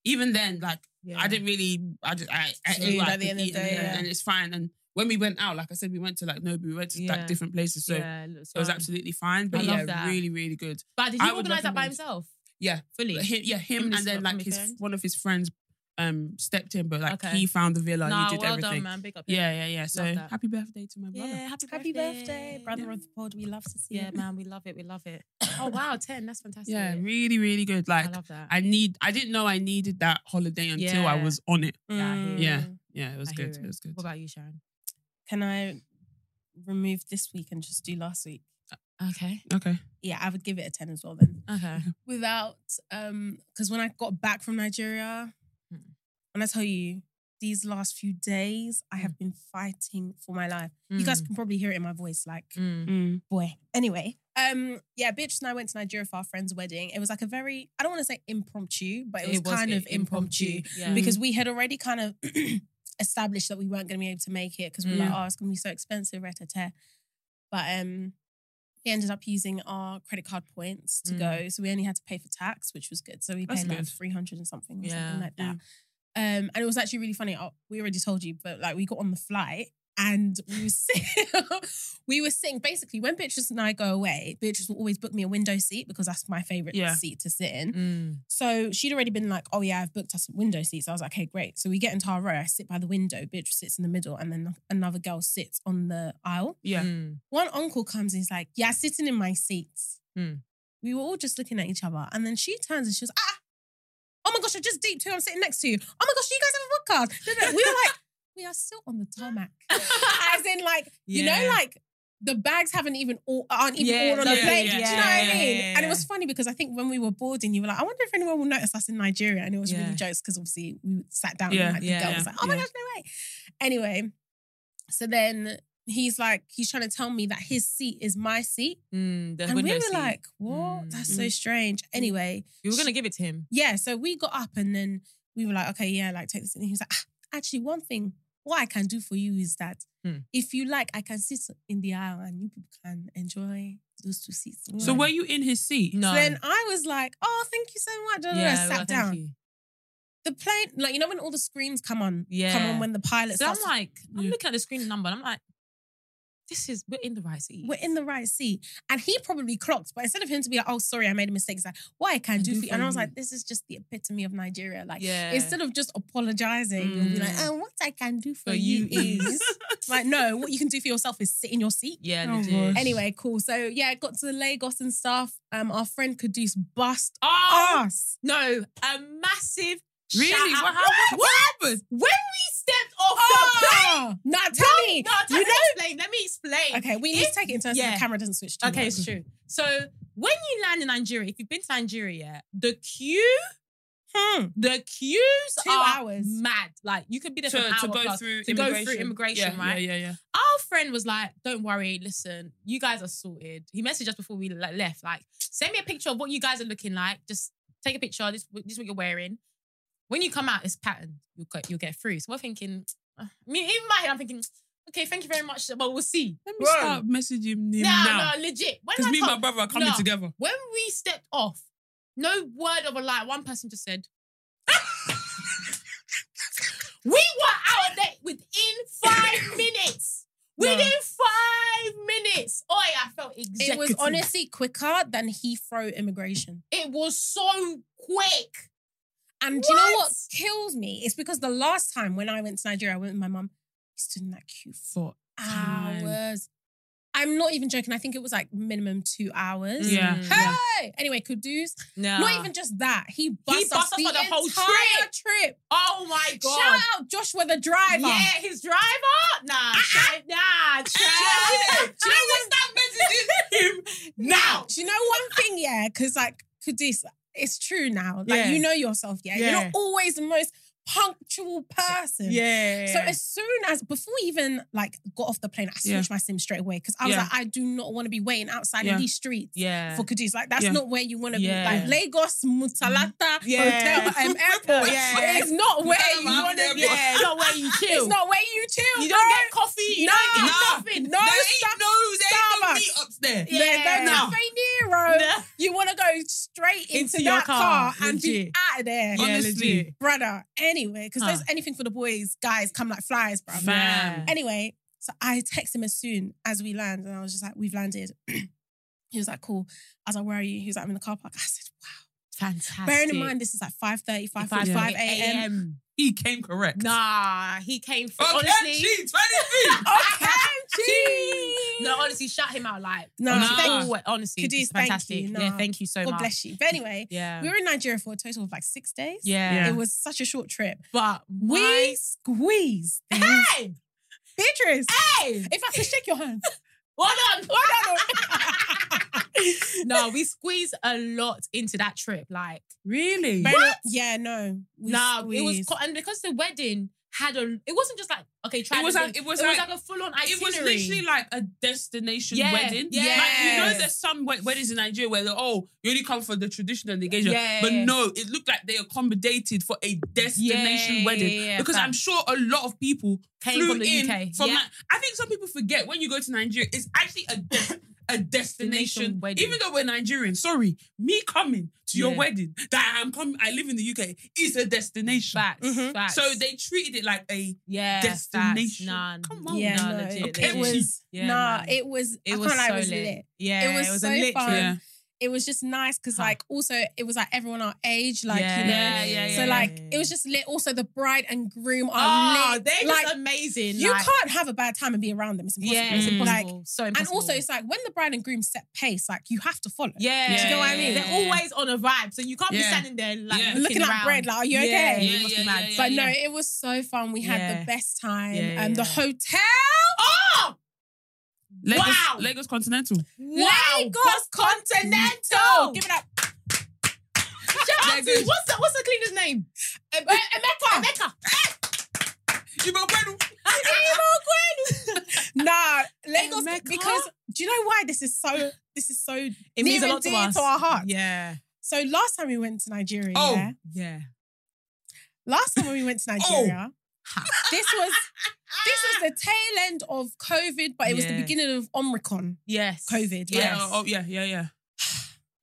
B: even then, like,
C: yeah.
B: I didn't really. I just I, I
A: Just
B: ate
A: food
B: what I
A: at the
B: could
A: end of
B: eat
A: the
B: and,
A: day,
B: and-
A: yeah.
B: and it's fine. And when we went out, like I said, we went to like Nobu, we went to
C: Yeah.
B: like different places, so
C: yeah, looks
B: it was
C: fun.
B: absolutely fine. But
C: I love
B: yeah,
C: that.
B: really, really good.
C: But did
B: I
C: he
B: would
C: organize that by
B: recommend-
C: himself?
B: Yeah.
C: fully.
B: But him, yeah, him,
C: Him
B: and
C: just
B: then
C: got
B: like his
C: confirmed?
B: one of his friends um stepped in, but like
C: Okay.
B: he found the villa,
C: nah,
B: he did
C: well
B: everything.
C: done, man. Big up. him.
B: yeah, yeah, yeah. So
C: Love that.
B: happy birthday to my brother.
C: yeah. Happy,
A: Happy birthday, brother of the pod. We love to see
C: Yeah,
A: it.
C: man, we love it. We love it. Oh wow, ten. That's fantastic.
B: Yeah, really, really good.
C: I
B: Like
C: love that.
B: I need, I didn't know I needed that holiday until I
C: Yeah.
B: was on it.
C: Yeah, I hear
B: Yeah,
A: Mm.
B: yeah, it was
C: I hear
B: good. It. was good.
C: What about you, Sharon?
A: Can I remove this week and just do last week?
C: Okay.
B: Okay.
A: Yeah, I would give it a 10 as well then.
C: Okay.
A: Without, um, because when I got back from Nigeria, Hmm.
C: Mm.
A: when I tell you, these last few days, I have been fighting for my life. You guys can probably hear it in my voice, like,
C: Mm.
A: boy. Anyway, um, yeah, bitch and I went to Nigeria for our friend's wedding. It was like a very, I don't want to say impromptu, but it was, kind
C: i-
A: of impromptu.
C: Yeah.
A: because we had already kind of established that we weren't going to be able to make it because we were like, oh, it's going to be so expensive, retatet. But um, we ended up using our credit card points to
C: Mm.
A: go, so we only had to pay for tax, which was good. So we
B: That's
A: paid like
B: good.
A: three hundred and something, or
C: Yeah,
A: something like that. Um, and it was actually really funny. Oh, we already told you, but like we got on the flight. And we were sitting, we were sitting basically when Beatrice and I go away, Beatrice will always book me a window seat because that's my favorite
B: Yeah.
A: seat to sit in.
C: Mm.
A: So she'd already been like, oh yeah, I've booked us window seats. I was like, okay, great. So we get into our row. I sit by the window. Beatrice sits in the middle, and then another girl sits on the aisle.
B: Yeah.
C: Mm.
A: One uncle comes and he's like, yeah, sitting in my seat.
C: Mm.
A: We were all just looking at each other, and then she turns and she was, ah, oh my gosh, I just deeped who I'm sitting next to. Oh my gosh, you guys have a podcast. No, no. We were like, we are still on the tarmac, as in like you know,
C: Yeah.
A: like. The bags haven't even all aren't even
C: Yeah,
A: all on
C: no,
A: the plane.
B: yeah,
A: Do you know what
B: yeah,
A: I mean?
C: yeah,
A: And it
C: yeah.
A: was funny because I think when we were boarding, you were like, I wonder if anyone will notice us in Nigeria. And it was
C: Yeah.
A: really jokes because obviously we sat down
B: Yeah,
A: and like, the
C: yeah,
A: girl was
C: yeah,
A: like, oh my
B: yeah.
A: gosh, no way. Anyway, so then he's like, he's trying to tell me that his seat is my seat.
C: Mm. The
A: and we
C: window
A: were
C: seat. Mm-hmm.
A: like, what?
C: Mm.
A: That's so strange. Anyway,
C: we were gonna give it to him.
A: yeah, so we got up and then we were like, okay, yeah, like take this. And he was like, ah, actually, one thing, what I can do for you is that
C: Hmm.
A: if you like, I can sit in the aisle and you people can enjoy those two seats.
B: So were you in his seat?
C: No.
A: So then I was like, oh, thank you so much. And I
C: Yeah,
A: sat
C: well, thank
A: down.
C: you.
A: the plane, like you know when all the screens come on, come
C: Yeah.
A: on when the pilot.
C: So I'm
A: starts-
C: like, I'm
B: Yeah.
C: looking at the screen number and I'm like, this is, we're in the right seat.
A: we're in the right seat, and he probably clocked. But instead of him to be like, "Oh, sorry, I made a mistake," he's like, "Why can do
C: do
A: for you?" And I was
C: for
A: like, "This is just the epitome of Nigeria." Like,
C: Yeah.
A: instead of just apologizing, and be like,
C: Mm.
A: "And what I can do for,
C: For
A: you
C: you
A: is," like, no, what you can do for yourself is sit in your seat.
C: yeah,
B: Oh,
C: legit.
B: gosh.
A: Anyway, cool. So yeah, got to Lagos and stuff. Um, our friend Caduce bust
C: Oh,
A: us.
C: no, a massive
B: Really?
C: shout out.
B: What happened? What happened?
C: When we stepped off the plane,
A: Oh, nah, tell me.
C: no, let me explain. Let me explain.
A: Okay, we need to take it in terms of
C: Yeah.
A: the camera doesn't switch. too
C: Okay,
A: much.
C: it's true. So when you land in Nigeria, if you've been to Nigeria, the queue,
A: Hmm.
C: the queues
A: Two
C: are
A: hours.
C: mad. Like you could be there for an
B: To,
C: hour
B: to go
C: plus.
B: through
C: to go through
B: immigration.
C: immigration,
B: yeah,
C: right?
B: Yeah, yeah, yeah.
C: Our friend was like, "Don't worry, listen, you guys are sorted." He messaged us before we like, left, like, "Send me a picture of what you guys are looking like. Just take a picture. This this is what you're wearing. When you come out, it's patterned. You'll get you'll get through." So we're thinking, "Ah." I mean, in my head, I'm thinking, "Okay, thank you very much, but we'll see."
B: Let me
C: Bro.
B: start messaging him
C: No,
B: now.
C: no, legit. When
B: Because
C: I
B: me and my
C: told-
B: brother are coming
C: No.
B: together.
C: when we stepped off, no word of a lie. One person just said, "We were out there within five minutes. Within five minutes. Oh, I felt
A: It
C: executive.
A: was honestly quicker than Heathrow immigration.
C: It was so quick.
A: And do you know what
C: What?
A: kills me? It's because the last time when I went to Nigeria, I went with my mum. We stood in that queue for
B: For Time.
A: hours. I'm not even joking. I think it was like minimum two hours.
B: Yeah.
C: Mm.
A: Hey! Anyway, Kudus,
C: No.
A: not even just that. He bust
C: bust
A: us
C: us
A: the,
C: for the whole
A: entire
C: trip.
A: trip.
C: Oh my god.
A: Shout out Joshua the driver.
C: Yeah, his driver. Nah,
A: Ah,
C: uh nah, child.
B: Do you know what's that messaging him now?
A: Do you know one thing? Yeah, because like Kudus, it's true now. Like
B: Yeah.
A: you know yourself. Yeah? you're
B: Yeah.
A: not always the most punctual person.
B: Yeah.
A: So as soon as before we even like got off the plane, I switched my sim straight away because I was
B: Yeah.
A: like, I do not want to be waiting outside
B: Yeah.
A: in these streets.
C: Yeah.
A: For Cadiz, like that's
B: Yeah.
A: not where you want to
C: Yeah. Mm-hmm.
A: be. Like Lagos, Mutalata
B: Yeah.
A: Hotel, um, Airport.
B: Yeah.
A: It's not where you
B: I'm
A: want to
B: there,
A: be.
B: boy.
C: yeah, it's not where you chill.
A: It's not where you chill.
C: you
A: bro.
C: don't get coffee. You
A: No,
C: don't get
B: no,
C: nothing.
A: no,
B: there ain't no, there ain't no
A: Starbucks.
B: meat ups there.
A: There's no
C: Yeah.
A: Cafe Nero.
C: No.
A: You want to go straight into,
C: Into your
A: that car,
C: car,
A: and be
C: legit.
A: out of there,
B: Yeah,
C: Honestly.
B: legit.
A: brother. Anyway, because
C: Huh.
A: there's anything for the boys, guys come like flies, bro.
B: Fam.
A: Anyway, so I text him as soon as we land, and I was just like, "We've landed." he was like, "Cool." I was like, "Where are you?" He was like, "I'm in the car park." I said, "Wow."
C: Fantastic.
A: Bearing in mind, this is like 5.30, 5.45 a.m.
B: He came correct.
C: Nah, he came for
B: Okay,
C: honestly.
B: she 23.
A: OMG!
C: No, honestly, shout him out. Like,
A: Nah,
C: honestly,
B: thank-
C: always- honestly,
A: Khadij,
C: it's
A: thank
C: fantastic.
A: you. Nah.
C: Yeah, thank you so
A: God
C: much.
A: bless you. But anyway,
C: Yeah,
A: we were in Nigeria for a total of like six days.
C: yeah.
B: Yeah.
A: It was such a short trip.
C: But
A: We
C: we,
A: squeezed.
C: hey,
A: Beatrice,
C: Ah. hey,
A: if I could shake your hand.
C: well done, well done. no, we squeezed a lot into that trip. Like,
B: Really?
A: Bearing in- Yeah, no. we
C: nah, it was,
A: squeezed.
C: co- and because the wedding had a, it wasn't just like okay, try
B: was
C: this
B: like-
C: thing.
B: it was
C: it was
B: like-
C: like a full on
B: It
C: itinerary.
B: was literally like a destination
C: Yeah,
B: wedding.
C: yeah.
B: Like, you know,
A: Yes.
B: there's some wed- weddings in Nigeria where they're, oh, you only come for the traditional engagement.
C: Yeah.
B: But no, it looked like they accommodated for a destination
C: Yeah,
B: wedding.
C: yeah, yeah,
B: because
C: fam.
B: I'm sure a lot of people
C: Came
B: flew
C: from the
B: in
C: UK,
B: From
C: yeah.
B: like, I think some people forget when you go to Nigeria, it's actually a, des- a destination
C: Destination wedding.
B: Even though we're Nigerian, sorry, me coming to your
C: Yeah.
B: wedding that I'm coming, I live in the UK, is a destination.
C: facts,
A: Mhm.
C: facts.
B: So they treated it like a
C: yeah,
B: destination.
C: None.
B: Come on.
A: yeah,
B: Nah,
A: no,
C: legit,
B: Okay,
A: it
C: legit.
B: she-
A: was
C: Yeah,
A: nah.
C: man.
A: It was. I
C: It
A: can't
C: was
A: lie,
C: so
A: it was
C: lit.
A: lit.
C: Yeah,
A: It was
C: a
A: so
C: lit
A: fun.
C: trip.
B: Yeah.
A: It was just nice because,
C: Huh.
A: like, also it was like everyone our age, like you know.
C: Yeah, yeah,
A: so
C: yeah,
A: like
C: yeah.
A: it was just lit. Also, the bride and groom are
C: Oh,
A: lit.
C: they're
A: like
C: just amazing.
A: you
C: like-
A: can't have a bad time and be around them. It's impossible.
C: Yeah, it's
B: Mm.
C: impossible.
A: Like,
C: so
A: and
C: impossible.
A: also it's like when the bride and groom set pace, like you have to follow.
C: yeah,
B: Do you know what I mean?
C: They're always on a vibe, so you can't be
B: Yeah.
C: standing there like
B: Yeah.
A: Looking at
C: around.
A: bread, like, are you okay?
C: Yeah,
B: Yeah,
C: you must
B: yeah,
C: be mad.
B: yeah,
A: But no, it was so fun. We had the
C: Yeah.
A: best time.
C: Yeah,
A: um, the
C: yeah.
A: hotel.
C: Oh,
B: Lagos,
C: Wow.
B: Lagos Continental.
C: wow!
A: Lagos
C: Oh,
A: Continental. Give it up.
C: Shout out to
B: Lagos.
C: what's the what's the cleaner's name?
A: Em- Oh.
C: Emeka. Emeka.
B: You know, when-
A: nah, Lagos
C: Emeka?
A: because do you know why this is so this is so
C: It
A: near and dear to our hearts.
C: Yeah,
A: So last time we went to Nigeria,
B: Oh.
A: yeah?
C: yeah.
A: last time when we went
C: Oh.
A: to Nigeria, this was this was the tail end of COVID, but it was the
C: Yeah.
A: beginning of Omicron,
C: Yes.
A: COVID,
B: yeah,
C: Yes.
B: oh yeah, yeah, yeah.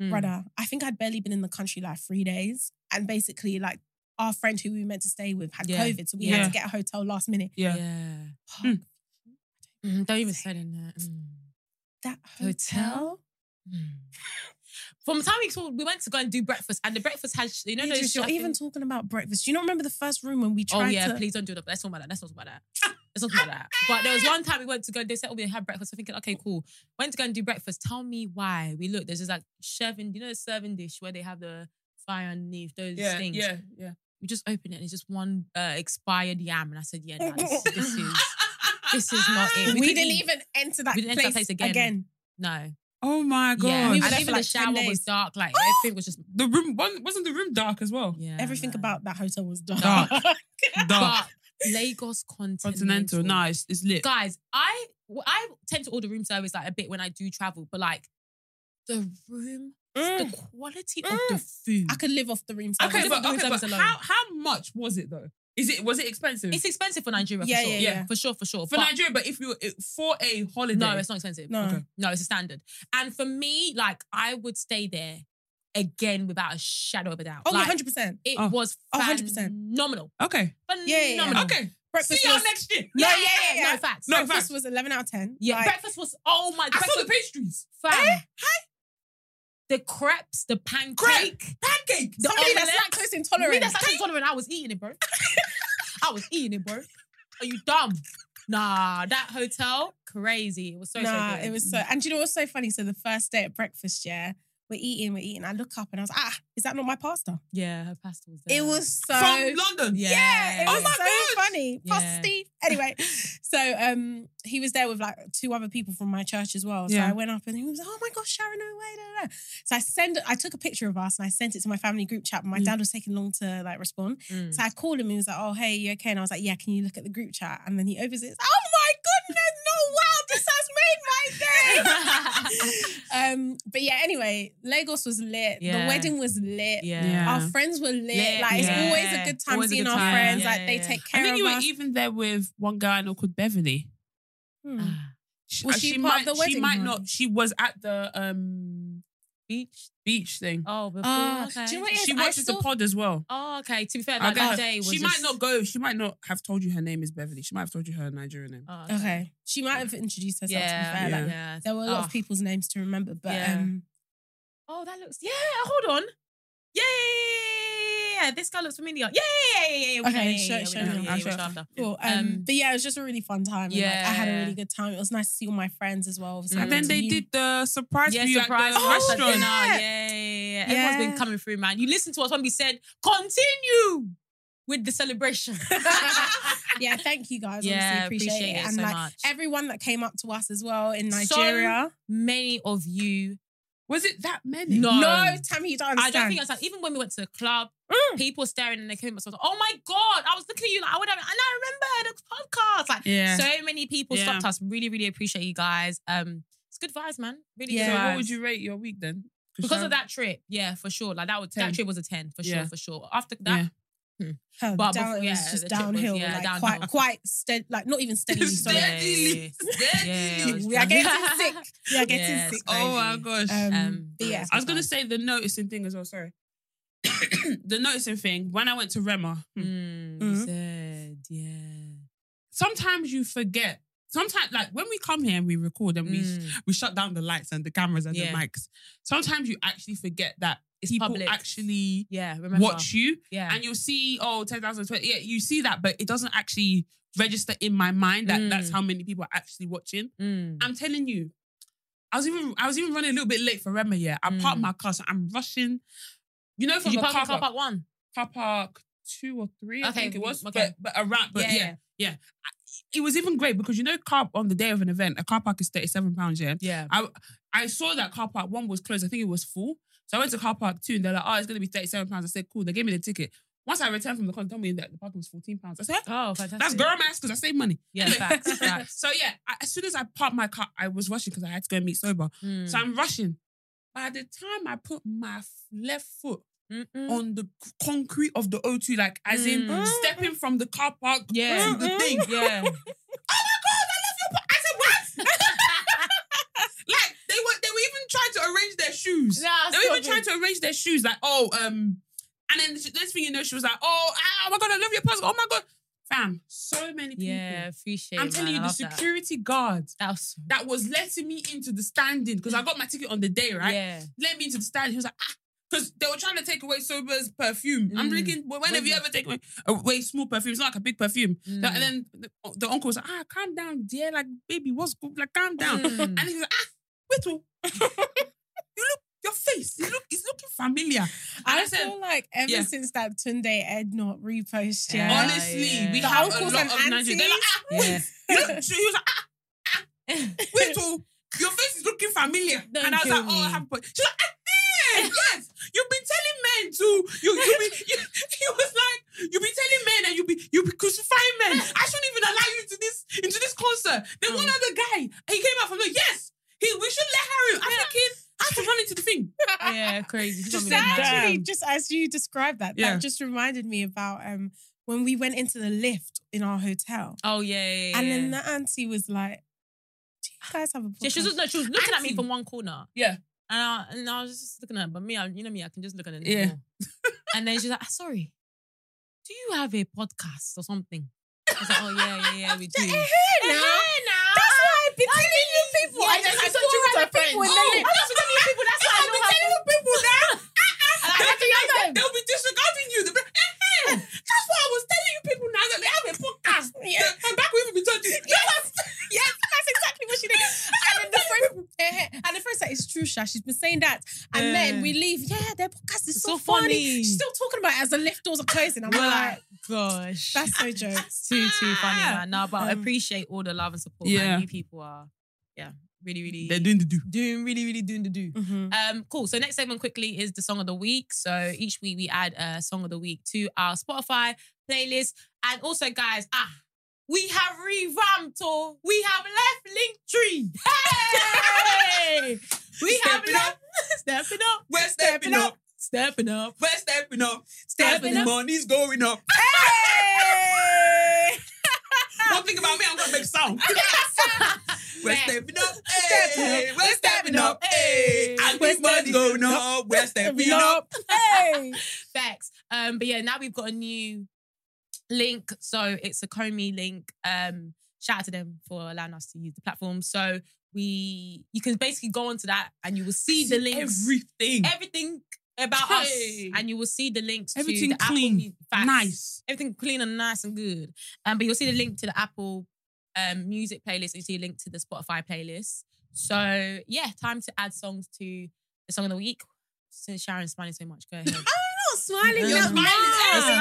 C: Mm.
A: brother. I think I'd barely been in the country like three days, and basically like our friend who we were meant to stay with had
C: Yeah. Hmm.
A: COVID, so we had
B: Yeah.
A: to get a hotel last minute.
B: Yeah.
A: Oh,
C: Mm, don't even say that. Mm.
A: that
C: Hotel?
A: hotel.
C: From the time we saw, we went to go and do breakfast, and the breakfast had sh- you know those.
A: Idris,
C: sh-
A: you're
C: I think-
A: even talking about breakfast. Do you not remember the first room when we
C: oh
A: tried
C: yeah,
A: to?
C: please don't do that. Let's talk about that. Let's talk about that. Let's talk about that. But there was one time we went to go. They said, "Oh, we had breakfast." I'm thinking, okay, cool. Went to go and do breakfast. Tell me why. We looked. There's this like serving, you know, the serving dish where they have the fire underneath those
B: Yeah.
C: things.
B: Yeah. Yeah.
C: We just opened it, and it's just one uh, expired yam, and I said, "Yeah, nah, this, this is this is not it."
A: We,
C: couldn't
A: didn't
C: eat.
A: even enter that
C: we
A: place,
C: didn't enter that place again.
A: again.
C: No.
B: Oh my god.
C: Yeah.
A: We
C: And
A: were there
C: even
A: for
C: the
A: like 10
C: shower was
A: days.
C: dark. Like everything was just
B: the room wasn't wasn't the room dark as well.
C: yeah.
A: Everything
C: man.
A: about that hotel was dark.
B: Dark. Dark.
C: But Lagos Continental.
B: Continental. Nah, it's, it's lit.
C: Guys, I well, I tend to order room service like a bit when I do travel, but like the room,
A: Mm.
C: the quality of the food.
A: I could live off the room.
B: Okay,
A: service.
B: but,
C: uh,
B: okay, but
C: alone.
B: how how much was it though? Is it was it expensive
C: it's expensive for Nigeria,
A: Yeah,
C: for sure.
A: yeah, yeah.
C: For sure, for sure.
B: for
C: But
B: Nigeria? But if you it- for a holiday,
C: No, it's not expensive.
A: No. Okay.
C: No, it's a standard. And for me, like I would stay there again without a shadow of a doubt.
A: Oh,
C: like,
A: 100%.
C: It
B: Oh.
C: was
A: Oh, 100%.
C: phenomenal.
B: okay.
C: Phenomenal.
A: Yeah, yeah, yeah.
B: Okay, see
A: Breakfast
B: y'all
A: was,
B: next year.
A: Yeah, yeah, yeah, yeah.
C: No facts.
B: No,
A: breakfast
B: facts.
A: was 11 out of 10.
C: Yeah,
A: Like,
C: breakfast was oh my
B: I
C: breakfast,
B: saw the pastries,
C: fam.
A: Eh?
C: The crepes, the pancake.
B: pancake.
C: The
A: somebody that's
C: omelette.
A: lactose
C: Me,
A: intolerant.
C: that's actually intolerant. I was eating it, bro. I was eating it, bro. Are you dumb? Nah, that hotel crazy. It was so
A: nah,
C: so good. Mm.
A: it was so. And do you know what's so funny? So the first day at breakfast, yeah, we're eating, we're eating. I look up and I was like, ah, is that not my pasta?
C: yeah. Her pasta was.
A: It
C: there.
A: was so.
B: from London.
C: Yeah.
A: yeah, it
B: Oh
A: was
B: my
A: so
B: God.
A: funny. Pasta
C: Yeah.
A: Steve. Anyway, so um, he was there with like two other people from my church as well. So
B: Yeah.
A: I went up and he was like, "Oh my gosh, Sharon, no way!" Da, da, da. So I send, I took a picture of us and I sent it to my family group chat. But my
B: Mm.
A: dad was taking long to like respond.
C: Mm.
A: So I called him and he was like, oh, hey, you okay? And I was like, yeah, can you look at the group chat? And then he opens it. It's, oh my goodness, no, wow, this has made my day. um, but yeah, anyway, Lagos was lit.
C: Yeah.
A: The wedding was lit.
C: Yeah.
B: Yeah.
A: Our friends were lit.
C: Lit,
A: Like, it's
B: yeah.
A: always a good time
C: Always a
A: seeing
C: good
A: our
C: time.
A: friends.
C: Yeah,
A: like, they
C: yeah,
A: take
B: I
A: care
B: think
A: of
B: you were
C: e
A: us.
B: even there with one guy I know called Beverly.
A: Hmm.
C: Ah,
A: Was she part of
B: might,
A: the
B: She
A: wedding?
B: might not. She was at the um
C: beach.
B: beach thing.
C: Oh, before.
A: Ah,
C: okay.
A: do you know what it is?
B: she
A: I
B: watches
A: saw-
B: the pod as well.
C: Oh, okay. To be fair,
B: I
C: like, that
B: guess
C: day was.
B: she
C: just-
B: might not go. She might not have told you her name is Beverly. She might have told you her Nigerian name.
C: Oh,
A: Okay. She might have introduced herself, to be
C: Yeah,
A: fair.
C: yeah.
A: Like, there were a lot
C: Oh.
A: of people's names to remember, but
C: Yeah.
A: um,
C: Oh, that looks. Yeah, hold on. Yeah, yeah, yeah, yeah. This guy looks familiar. Yeah, yeah, yeah, yeah. yeah. We
A: Okay,
C: know, yeah,
A: show-
C: yeah, yeah,
A: show
C: we know,
A: me.
C: yeah, yeah,
B: I'll show
C: we'll
B: it.
C: show after.
A: cool. Um,
C: Um,
A: but yeah, it was just a really fun time. and, like, I had a
C: yeah.
A: really good time. It was nice to see all my friends as well. Obviously,
C: Mm.
B: And then they
A: you-
B: did the surprise
C: Yeah,
B: for you
C: surprise
B: at the
A: Oh,
B: restaurant.
C: dinner. Yeah,
A: yeah.
C: yeah, yeah, yeah. Everyone's been
A: Yeah.
C: coming through, man. You listen to us when we said continue with the celebration.
A: yeah, thank you guys.
C: yeah,
A: Honestly, appreciate, it. And
C: so
A: like
C: much.
A: everyone that came up to us as well in
C: So
A: Nigeria.
C: Many of you.
B: Was it that many?
C: No.
A: no, Tammy, you don't
C: I
A: understand.
C: don't think I was even when we went to the club,
A: Mm.
C: people staring and they came up. So I was like, oh my God, I was looking at you like, I would have, and I remember the podcast. Like,
B: Yeah.
C: so many people
B: Yeah.
C: stopped us. Really, really appreciate you guys. Um, it's good vibes, man. Really
A: Yeah.
C: good
B: So
C: vibes.
B: what would you rate your week then?
C: because
B: I-
C: of that trip, yeah, for sure. Like that was
B: 10.
C: that trip was a ten for sure,
B: Yeah.
C: for sure. After that,
A: Her
C: But
A: down,
C: before-
A: it was
C: yeah,
A: just
C: the trip was-
A: downhill,
C: yeah,
A: like
C: downhill.
A: quite, quite steady, like not even steady. sorry.
B: Yeah. Steadily.
C: Yeah, it was
A: We are getting
C: crazy.
A: sick. We are getting
C: Yeah,
A: sick.
C: it's
B: Oh my
C: crazy.
B: gosh.
A: Um,
C: Um,
A: but yeah,
B: I was gonna say the noticing thing as well. Sorry, the noticing thing. When I went to Rema, hmm,
C: Mm,
A: Mhm.
C: said, yeah.
B: sometimes you forget. Sometimes, like when we come here and we record and we
C: Mm.
B: we shut down the lights and the cameras and
C: Yeah.
B: the mics, sometimes you actually forget that people
C: public.
B: actually
C: yeah, remember.
B: watch you,
C: Yeah.
B: and you'll see oh 10,020. Yeah, you see that, but it doesn't actually register in my mind that
C: Mm.
B: that's how many people are actually watching.
C: Mm.
B: I'm telling you, I was even I was even running a little bit late for Rema. Yeah, I parked
C: Mm.
B: my car, so I'm rushing. You know,
C: Did
B: from
C: you
B: a
C: park
B: car,
C: in car
B: park,
C: park one?
B: car park two or three, I
C: Okay,
B: think it was,
C: okay.
B: but, but around, but yeah. It was even great because you know, car on the day of an event, a car park is thirty seven pounds. Yeah,
C: yeah.
B: I I saw that car park one was closed. I think it was full, so I went to car park two, and they're like, "Oh, it's gonna be thirty seven pounds." I said, "Cool." They gave me the ticket. Once I returned from the con, told me that the parking was fourteen pounds. I said,
C: Oh, fantastic.
B: "That's girl mass because I saved money."
C: Yeah, facts, facts.
B: so yeah, I, as soon as I parked my car, I was rushing because I had to go and meet sober.
C: Mm.
B: So I'm rushing. By the time I put my f- left foot
C: Mm-mm.
B: on the c- concrete of the O2, like as in
C: Mm.
B: stepping from the car park
C: Yeah.
B: to the thing. Oh my
C: Yeah.
B: god, I left your park. I said what? like they were they were even trying to arrange their shoes.
C: Nah,
B: they were even
C: stop
B: trying to arrange their shoes. Like oh um. And then the next thing you know, she was like, oh, ah, oh my God, I love your passport. Oh my God. Fam, so many people.
C: Yeah, appreciate
B: I'm
C: it,
B: telling
C: man. I
B: you, the
C: love that.
B: security guard
C: That was
B: that was letting me into the standing, because I got my ticket on the day, right?
C: Yeah.
B: Let me into the stand. He was like, ah, because they were trying to take away Sober's perfume. I'm
C: Mm.
B: thinking, well, when
C: When
B: have you
C: you-
B: ever taken away, away small perfume? It's not like a big perfume.
C: Mm.
B: And then the, the uncle was like, ah, calm down, dear. Like, baby, what's good? Like, calm down.
C: Mm.
B: And he was like, ah, Whittle. you look, your face, you look, it's looking familiar. And I,
A: I
B: said,
A: feel like ever
B: yeah.
A: since that Tunde Ed not repost,
C: Yeah.
A: yeah.
B: honestly,
C: yeah.
B: we
C: The
B: have a
A: uncles
B: lot
A: and
B: of Nigerians. They're like, ah,
C: Yeah.
B: Whit- look, she- he was like, ah, Whittle, oh, your face is looking familiar.
C: Don't
B: and I was
C: kill
B: like, oh, I
C: me.
B: have a She's like, "Eh, eh, yes, you've been telling men to, you, you, be, you, he was like, you've been telling men and you be, you be crucifying men. I shouldn't even allow you into this, into this concert. Then
C: Mm.
B: one other guy, he came out from the, yes, he, we should let her in. I'm thinking, I have to run into the thing.
C: yeah, crazy. She's
A: Just
C: gonna be
A: that
C: like,
A: actually,
C: "Damn."
A: just as you described that,
B: Yeah.
A: that just reminded me about um when we went into the lift in our hotel,
C: Oh yeah, yeah, yeah.
A: and then the auntie was like, "Do you guys have a
C: yeah, she was, just,
A: podcast?"
C: like, she was looking at me
B: Auntie.
C: from one corner.
B: Yeah.
C: And I, and I was just looking at her, but me, I, you know me, I can just look at her.
B: Yeah.
C: normal. and then she's like, "Ah, sorry, do you have a podcast or something? I was like, oh, yeah, yeah, yeah, we do.
A: now.
C: Eh, eh, now.
A: That's why I've been telling you people.
C: Yeah,
A: I just
C: that's
A: had
C: what
A: two
C: you
A: random
C: refer
A: people.
C: to.
A: and
C: Oh,
A: then
C: that's what you people- that's why I
A: I've been
C: know how-
A: telling people now.
C: And I had to yell at
B: They'll
C: him.
B: be disregarding you. They'll be, "Eh, eh." That's why I was telling you people now that they have a podcast.
A: Yeah.
B: And back when we told you, yes.
A: Yes, that's exactly what she did. And then the friend, eh, and the friend said, "It's true, Sha. She's been saying that." And then
C: Yeah.
A: we leave. Yeah, their podcast is
C: It's so
A: so, funny.
C: funny.
A: She's still talking about it as the lift doors are closing. I'm
C: We're
A: like,
C: like, gosh,
A: that's so joke.
C: too too funny, man. No, but I
A: Um,
C: appreciate all the love and support.
B: Yeah.
C: man. you people are, yeah, really, really
B: doing the do.
C: doing, really, really doing the do. Um, cool. So next segment quickly is the song of the week. So each week we add a song of the week to our Spotify playlist, and also, guys, ah, we have revamped or we have left Linktree. Hey, we have
B: Stepping
C: left, stepping up,
B: We're stepping up.
C: stepping up.
B: We're stepping up.
C: Stepping
B: As the
C: up.
B: money's going up. One thing about me, I'm gonna make sound. We're
C: Yeah.
B: stepping up. Hey. We're stepping up. Hey. And
C: We're
B: this money's
C: stepping
B: going up. We're stepping up.
A: Hey.
C: Facts. Um, but yeah, now we've got a new link. So it's a Comey link. Um, shout out to them for allowing us to use the platform. So we you can basically go onto that and you will see, the links.
B: Everything.
C: everything about us.
B: Hey.
C: And you will see the links
B: Everything
C: to the
B: clean,
C: Apple, Mu- facts.
B: Nice.
C: Everything clean and nice and good. Um, but you'll see the link to the Apple um, music playlist. You see a link to the Spotify playlist. So yeah, time to add songs to the song of the week. Since Sharon's smiling so much, go ahead.
A: Oh, Not smiling.
B: You're
A: now.
B: smiling every
A: Smiling.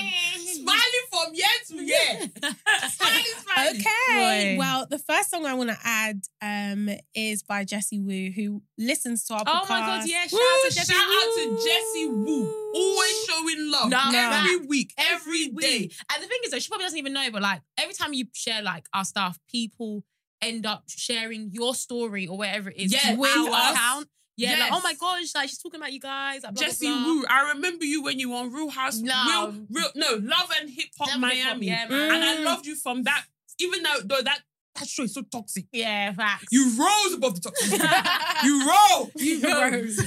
B: time. Smiling from year to year. Smiling, smiling.
A: Okay.
C: Boy.
A: Well, the first song I want to add um, is by Jessie Wu, who listens to our podcast.
C: Oh my god, yeah! Shout
B: Woo,
C: out to
B: shout
C: Jessie
B: out to
C: Woo.
B: Jessie Wu. Always showing love.
C: Nah,
B: every
C: nah.
B: week.
C: every
B: Every day.
C: week. And the thing is, though, she probably doesn't even know, but like every time you share like our stuff, people end up sharing your story or whatever it is
B: Yeah,
C: with
B: to
C: our
B: us.
C: account. Yeah, like,
B: Yes.
C: oh my gosh, like she's talking about you guys. Like, blah, blah,
B: Jesse
C: blah.
B: Wu, I remember you when you were on Real House,
C: No.
B: Real, Real, no, Love and Hip
C: Love
B: Hop
C: and Hip Hop,
B: Miami,
C: yeah, man.
B: and I
A: Mm.
B: loved you from that. Even though, though that that show is so toxic,
C: Yeah, facts.
B: you rose above the toxic. you roll,
A: You rose.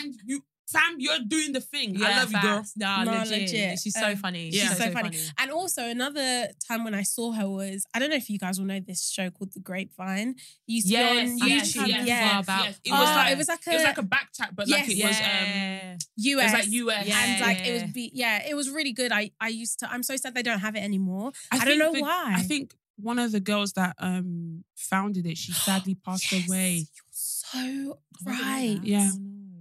B: and you, Sam, you're doing the thing. I
C: Yeah,
B: love you, girl.
C: facts. Nah,
A: Nah,
C: legit.
A: legit.
C: She's so
A: Um,
C: funny.
B: she's
A: so funny. And also another time when I saw her was I don't know if you guys will know this show called The Grapevine. It used to
C: Yes,
A: be on
B: yes,
A: YouTube.
B: yes,
A: yeah.
C: About,
B: yes.
A: It
B: It
A: was,
B: Oh,
A: like, Um, it was like a,
B: It was like a back chat, but like
A: Yes.
B: it was um,
A: US.
B: it was like US.
C: Yeah.
A: And like it was be, yeah, it was really good. I I used to I'm so sad they don't have it anymore. I, don't
B: think
A: know
B: the-
A: why.
B: I think one of the girls that um founded it, she sadly passed
A: Yes,
B: away.
A: You're so right.
B: Yeah.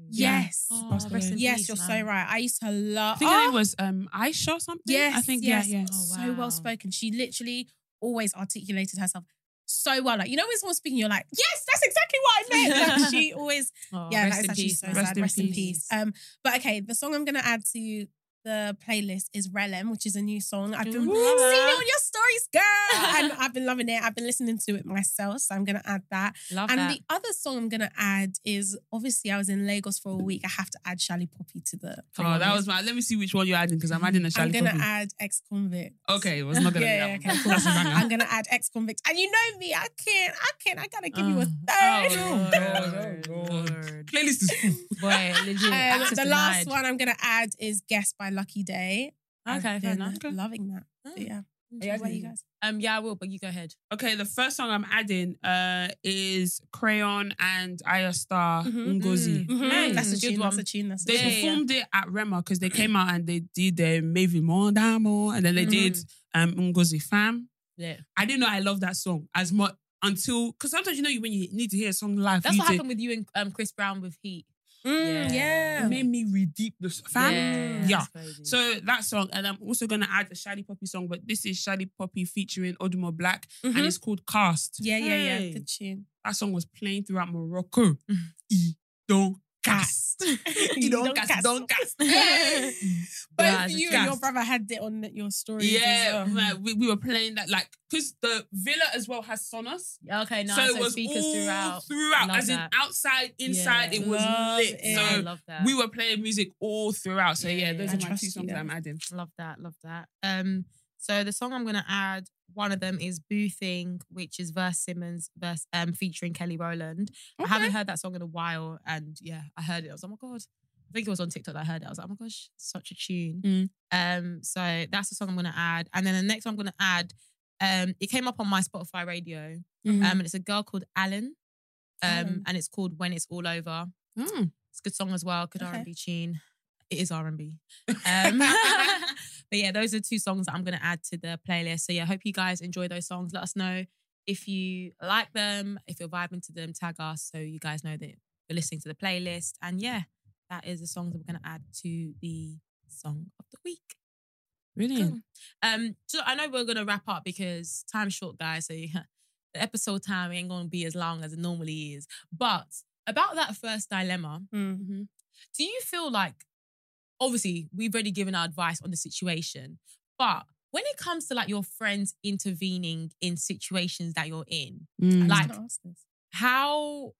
A: Yes.
B: Oh,
C: Oh, rest in
A: Yes,
C: peace,
A: you're so
C: man.
A: right. I used to love
B: I think
A: Oh,
B: her name was um Aisha something.
A: Yes,
B: I think
A: yes.
B: yeah, yeah.
C: Oh,
A: So
C: wow.
A: well spoken. She literally always articulated herself so well. Like you know, when someone's speaking, you're like, yes, that's exactly what I meant. Like, she always,
C: Oh,
A: yeah,
C: rest
A: that's
C: in
A: actually
C: peace,
A: so
C: man.
A: sad. Rest in peace. Um, but okay, the song I'm gonna add to the playlist is Relem, which is a new song. I've been seeing it
C: Ooh.
A: on your stories, girl. and I've been loving it. I've been listening to it myself, so I'm gonna add that.
C: Love
A: and
C: that.
A: the other song I'm gonna add is obviously I was in Lagos for a week. I have to add Shally Poppy to the.
B: Oh, that was my. Let me see which one you're adding because I'm adding a
A: I'm
B: Charlie
A: gonna
B: Puth.
A: add ex convict.
B: Okay, it was not gonna
A: Yeah, yeah,
B: be
A: okay,
B: that
A: cool.
B: one. That's a banger.
A: I'm gonna add ex convict, and you know me, I can't, I can't, I gotta give you
C: Oh.
A: a third.
B: Uh, Oh, God, oh, God. Playlist is full.
C: Boy, legit.
A: Um,
C: access
A: the last
C: denied.
A: one I'm gonna add is "Guess" by Lucky Day. I've
C: Okay, Hmm. fair
A: been
C: enough.
A: loving that. But yeah, what about you guys?
C: Um, yeah, I will, but you go ahead.
B: Okay, the first song I'm adding uh is Crayon and Aya Star
A: Mhm.
B: Ngozi.
C: Mm,
A: That's a
C: good
A: tune. That's
C: one.
A: a tune. That's a
B: They
A: tune.
C: yeah.
B: performed it at Rema because they came out and they did their Maybe More Damo and then they did um Ngozi Fam.
C: Yeah.
B: I didn't know I loved that song as much until because sometimes you know you when you need to hear a song live.
C: That's
B: you
C: what
B: take-
C: happened with you and um, Chris Brown with Heat.
A: Mm,
B: It
A: yeah.
B: made me redeep the s- fam.
C: Yeah.
B: Yeah.
C: that's crazy.
B: So that song, and I'm also gonna add a Shady Poppy song, but this is Shady Poppy featuring Odumo Black, and
A: Mhm.
B: it's called Cast.
A: yeah, yeah, yeah.
B: Hey.
A: Good tune.
B: That song was playing throughout Morocco. E don't cast. E don't,
A: Don't
B: cast,
A: cast.
B: Don't cast.
A: Both
B: Yeah,
A: you
B: it's
A: and your
B: gas.
A: brother had it on your story.
B: Yeah, man, we, we were playing that like because the villa as well has Sonos.
C: Yeah, okay, nice.
B: so it was
C: speakers
B: all
C: throughout.
B: throughout,
C: Love
B: as in
C: that.
B: outside, inside.
C: Yeah.
B: It was
A: Love
B: lit.
A: it.
B: So
C: Yeah, I love that.
B: we were playing music all throughout. So yeah,
C: Yeah.
B: those
C: I
B: are my
A: trust
B: two
A: you
B: songs
A: there.
B: I'm adding.
C: Love that, love that. Um, so the song I'm gonna add, one of them is Boo Thing, which is Verse Simmons verse um featuring Kelly Rowland. I haven't heard that song in a while, and yeah, I heard it. I was like, oh my god. I think it was on TikTok that I heard it. I was like, oh my gosh, such a tune.
B: Mm.
C: Um, so that's the song I'm gonna add. And then the next one I'm gonna add, um, it came up on my Spotify radio. Um, and it's a girl called Alan. Um,
A: Mm-hmm. Alan.
C: and it's called When It's All Over.
B: Mm.
C: It's a good song as well. Good
A: Okay.
C: R&B tune. It is R&B. Um, but yeah, those are two songs that I'm going to add to the playlist. So yeah, hope you guys enjoy those songs. Let us know if you like them, if you're vibing to them, tag us so you guys know that you're listening to the playlist. And yeah, that is the songs that we're going to add to the song of the week.
B: Brilliant.
C: Cool. Um, so I know we're gonna wrap up because time's short, guys. So the episode time ain't gonna be as long as it normally is. But about that first dilemma,
B: Mm-hmm.
C: do you feel like obviously we've already given our advice on the situation, but when it comes to like your friends intervening in situations that you're in,
B: Mm.
C: Like-
A: Like,
C: how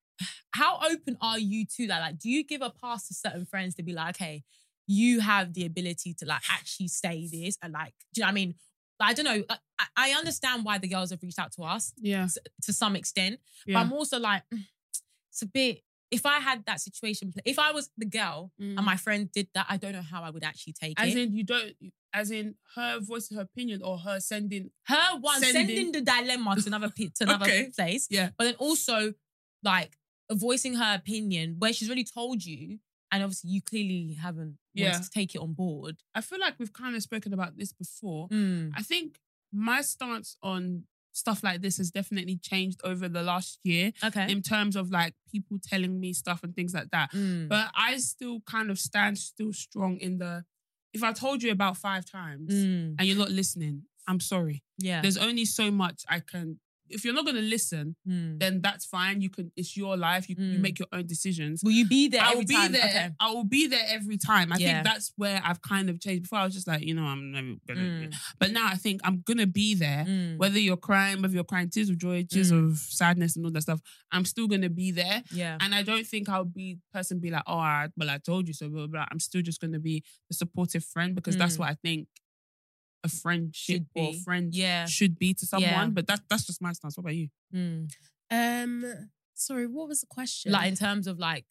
C: how open are you to that? Like, do you give a pass to certain friends to be like, okay, you have the ability to like actually say this and like, do you know what I mean? Like, I don't know. Like, I, I understand why the girls have reached out to us
B: yeah.
C: s- to some extent,
B: Yeah.
C: but I'm also like, mm, it's a bit. If I had that situation, pl- if I was the girl and my friend did that, I don't know how I would actually take
B: Mm. As
C: it.
B: in you don't as in her voicing her opinion or her sending
C: Her one sending,
B: sending-
C: the dilemma to another pe- to another
B: Okay.
C: place,
B: Yeah.
C: but then also like voicing her opinion where she's already told you, and obviously you clearly haven't
B: Yeah.
C: wanted to take it on board.
B: I feel like we've kind of spoken about this before.
C: Mm.
B: I think my stance on stuff like this has definitely changed over the last year
C: Okay.
B: in terms of like people telling me stuff and things like that.
C: Mm.
B: But I still kind of stand still strong in the if I told you about five times
C: Mm.
B: and you're not listening, I'm sorry.
C: Yeah.
B: There's only so much I can if you're not gonna listen,
C: Mm.
B: then that's fine. You can it's your life, you, you
C: Mm.
B: make your own decisions.
C: Will you be there?
B: I
C: every
B: will be
C: time?
B: there.
C: Okay.
B: I will be there every time. I
C: Yeah.
B: think that's where I've kind of changed. Before I was just like, you know, I'm never gonna.
C: Mm.
B: But now I think I'm gonna be there.
C: Mm.
B: Whether you're crying, whether you're crying tears of joy, tears
C: Mm.
B: of sadness, and all that stuff, I'm still gonna be there.
C: Yeah.
B: And I don't think I'll be person be like, oh, I, well, I told you so. Blah, blah, blah. I'm still just gonna be the supportive friend because that's
C: Mm.
B: what I think a friendship
C: Should
B: or
C: be.
B: friend
C: mm, Yeah.
B: should be to someone.
C: Yeah.
B: But that that's just my stance. What about you?
C: Mm.
A: um, sorry, what was the question?
C: Like in terms of like,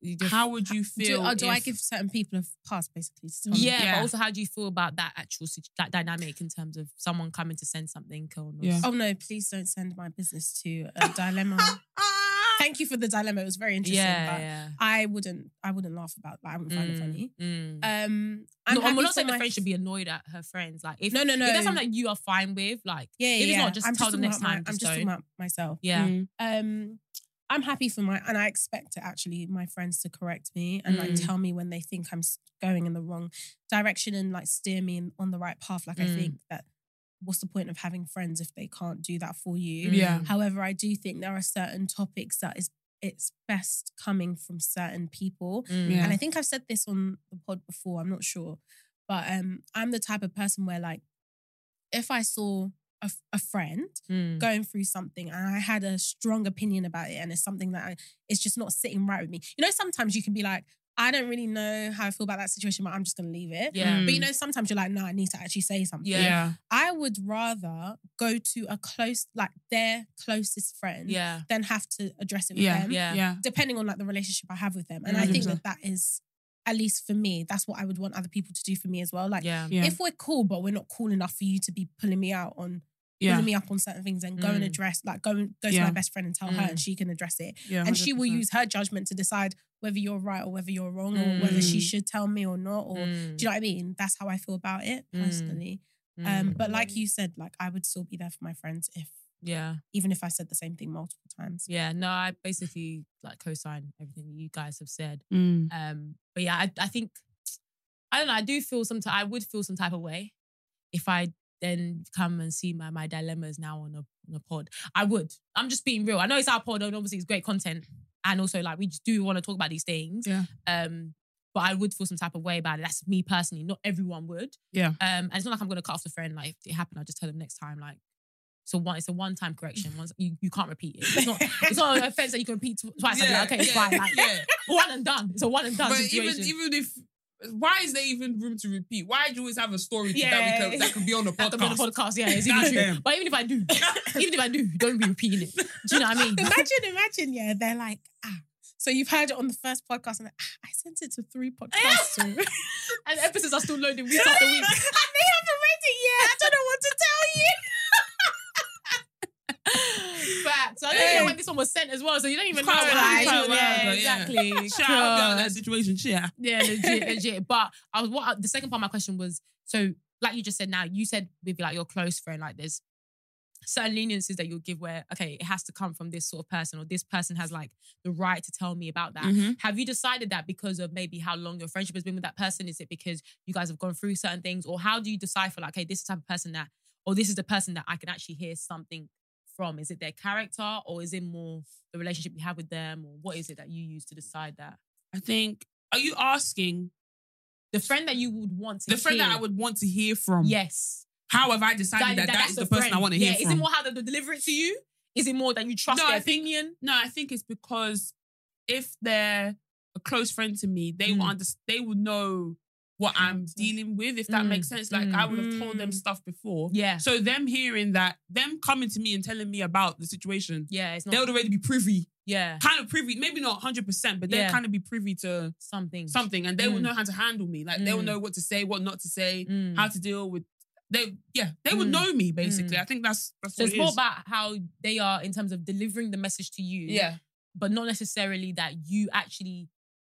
C: you just-
B: How would you feel?
A: do, oh, do I
B: if-
A: give certain people a pass basically? To tell me?
C: Yeah, but
B: Yeah.
C: also, how do you feel about that actual situ- that dynamic in terms of someone coming to send something? Or not?
B: Yeah.
A: Oh no! Please don't send my business to a dilemma.
B: Ah!
A: Thank you for the dilemma. It was very interesting.
C: yeah,
A: but
C: yeah.
A: I wouldn't. I wouldn't laugh about that. I wouldn't find it funny.
C: Mm.
A: Um, I'm,
C: no, I'm
A: happy
C: not
A: for
C: saying the
A: my-
C: friend should be annoyed at her friends. Like, if
A: No, no, no.
C: if that's something that you are fine with, like,
A: Yeah, yeah.
C: if it's
A: yeah.
C: not, just
A: I'm
C: tell them
A: talking
C: next
A: about my-
C: time.
A: I'm just
C: don't.
A: talking about myself.
C: yeah,
B: Mm.
A: Um, I'm happy for my, and I expect it actually my friends to correct me and like
C: Mm.
A: tell me when they think I'm s- going in the wrong direction and like steer me in, on the right path. Like I
C: Mm.
A: think that what's the point of having friends if they can't do that for you?
B: Yeah.
A: However, I do think there are certain topics that is it's best coming from certain people.
C: Mm.
B: Yeah.
A: And I think I've said this on the pod before, I'm not sure. But um, I'm the type of person where like, if I saw a, f- a friend
C: Mm.
A: going through something and I had a strong opinion about it and it's something that I, it's just not sitting right with me. You know, sometimes you can be like, I don't really know how I feel about that situation, but I'm just gonna leave it.
C: Yeah. Hmm.
A: But you know, sometimes you're like, no, I need to actually say something.
C: Yeah.
A: I would rather go to a close, like their closest friend,
C: Yeah.
A: than have to address it with
B: Yeah.
A: them.
C: Yeah.
B: Yeah.
A: Depending on like the relationship I have with them, and I
B: Mhm.
A: think that that is, at least for me, that's what I would want other people to do for me as well. Like,
C: Yeah.
B: Yeah.
A: if we're cool, but we're not cool enough for you to be pulling me out on
B: Yeah.
A: pulling me up on certain things and go and
C: Mm.
A: address, like go and go to
B: Yeah.
A: my best friend and tell her and she can address it.
B: Yeah.
A: And she will
B: 100%.
A: use her judgment to decide whether you're right or whether you're wrong or whether she
B: Mm.
A: should tell me or not. Or
C: Mm.
A: do you know what I mean? That's how I feel about it
C: Mm.
A: personally.
B: Mm.
A: Um, but like you said, like I would still be there for my friends if
C: yeah,
A: even if I said the same thing multiple times.
C: yeah. No, I basically like co-sign everything you guys have said.
B: Mm.
C: Um, but yeah, I, I think I don't know. I do feel some. T- I would feel some type of way if I then come and see my my dilemmas now on a on a pod. I would. I'm just being real. I know it's our pod, and obviously it's great content, and also like we just do want to talk about these things.
B: Yeah.
C: Um, but I would feel some type of way about it. That's me personally. Not everyone would.
B: Yeah.
C: Um, and it's not like I'm gonna cut off the friend. Like if it happened, I'll just tell them next time. Like. So one, it's a one-time correction. Once you, you can't repeat it. It's not, it's not an offense that you can repeat tw- twice. Yeah, okay, it's fine. Like,
B: yeah.
C: one and done. It's a one and done
B: But
C: situation.
B: even even if why is there even room to repeat? Why do you always have a story that we
C: Yeah.
B: can, that could be on the
C: That could be on
B: podcast?
C: the podcast, yeah, it's even true.
B: Goddamn.
C: But even if I do, even if I do, don't be repeating it. Do you know what I mean?
A: imagine, imagine, yeah, they're like, ah. So you've heard it on the first podcast, and like, ah, I sent it to three podcasts. too.
C: And episodes are still loading week after week.
A: and they haven't read it yet. I don't know what to tell you.
C: Facts. I don't even know when this one was sent as well, so you don't even know.
B: Quite a while,
C: when-
B: quite a while
C: yeah,
B: ago, yeah.
C: exactly.
B: Shout out
C: God.
B: down that situation. Shit.
C: Yeah, legit, legit. But I was what I- the second part of my question was so like you just said now, you said with like your close friend, like there's certain leniencies that you'll give where, okay, it has to come from this sort of person, or this person has like the right to tell me about that.
B: Mm-hmm.
C: Have you decided that because of maybe how long your friendship has been with that person? Is it because you guys have gone through certain things? Or how do you decipher, like, hey, this is the type of person that, or this is the person that I can actually hear something from? Is it their character or is it more the relationship you have with them? Or what is it that you use to decide that?
B: I think. Are you asking
C: The friend that you would want to
B: the friend that
C: hear-
B: I would want to hear from?
C: Yes.
B: How have I decided that, that is the person
C: friend.
B: I want to
C: yeah.
B: hear
C: Is it
B: from?
C: more how they they deliver it to you? Is it more that you trust
B: No,
C: their
B: I think-
C: opinion?
B: No, I think it's because if they're a close friend to me, they will
C: Mm.
B: under- they will know what I'm
C: Character.
B: dealing with, if that
C: Mm.
B: makes sense. Like
C: Mm.
B: I would have told them
A: Mm.
B: stuff before.
C: Yeah.
B: So them hearing that, them coming to me and telling me about the situation,
C: Yeah, it's not.
B: they would already be privy,
C: yeah,
B: kind of privy, maybe not 100%, but they'd
C: Yeah.
B: kind of be privy to
C: something.
B: something and they would
C: Mm.
B: know how to handle me. Like they would
C: Mm.
B: know what to say, what not to say,
C: Mm.
B: how to deal with. They, yeah, they would
C: Mm.
B: know me basically. I think that's that's
C: So
B: what
C: it's
B: it
C: more
B: is.
C: about how they are in terms of delivering the message to you.
B: yeah,
C: But not necessarily that you actually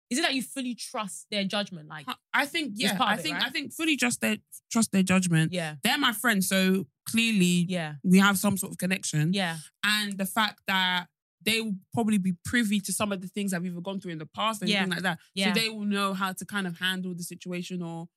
C: is it that you fully trust their judgment? Like
B: I think yeah,
C: part
B: I
C: of it,
B: think
C: right?
B: I think fully trust their trust their judgment.
C: yeah,
B: They're my friends, so clearly
C: yeah,
B: we have some sort of connection.
C: yeah,
B: and the fact that they will probably be privy to some of the things that we've gone through in the past and
C: Yeah.
B: things like that.
C: Yeah.
B: So they will know how to kind of handle the situation or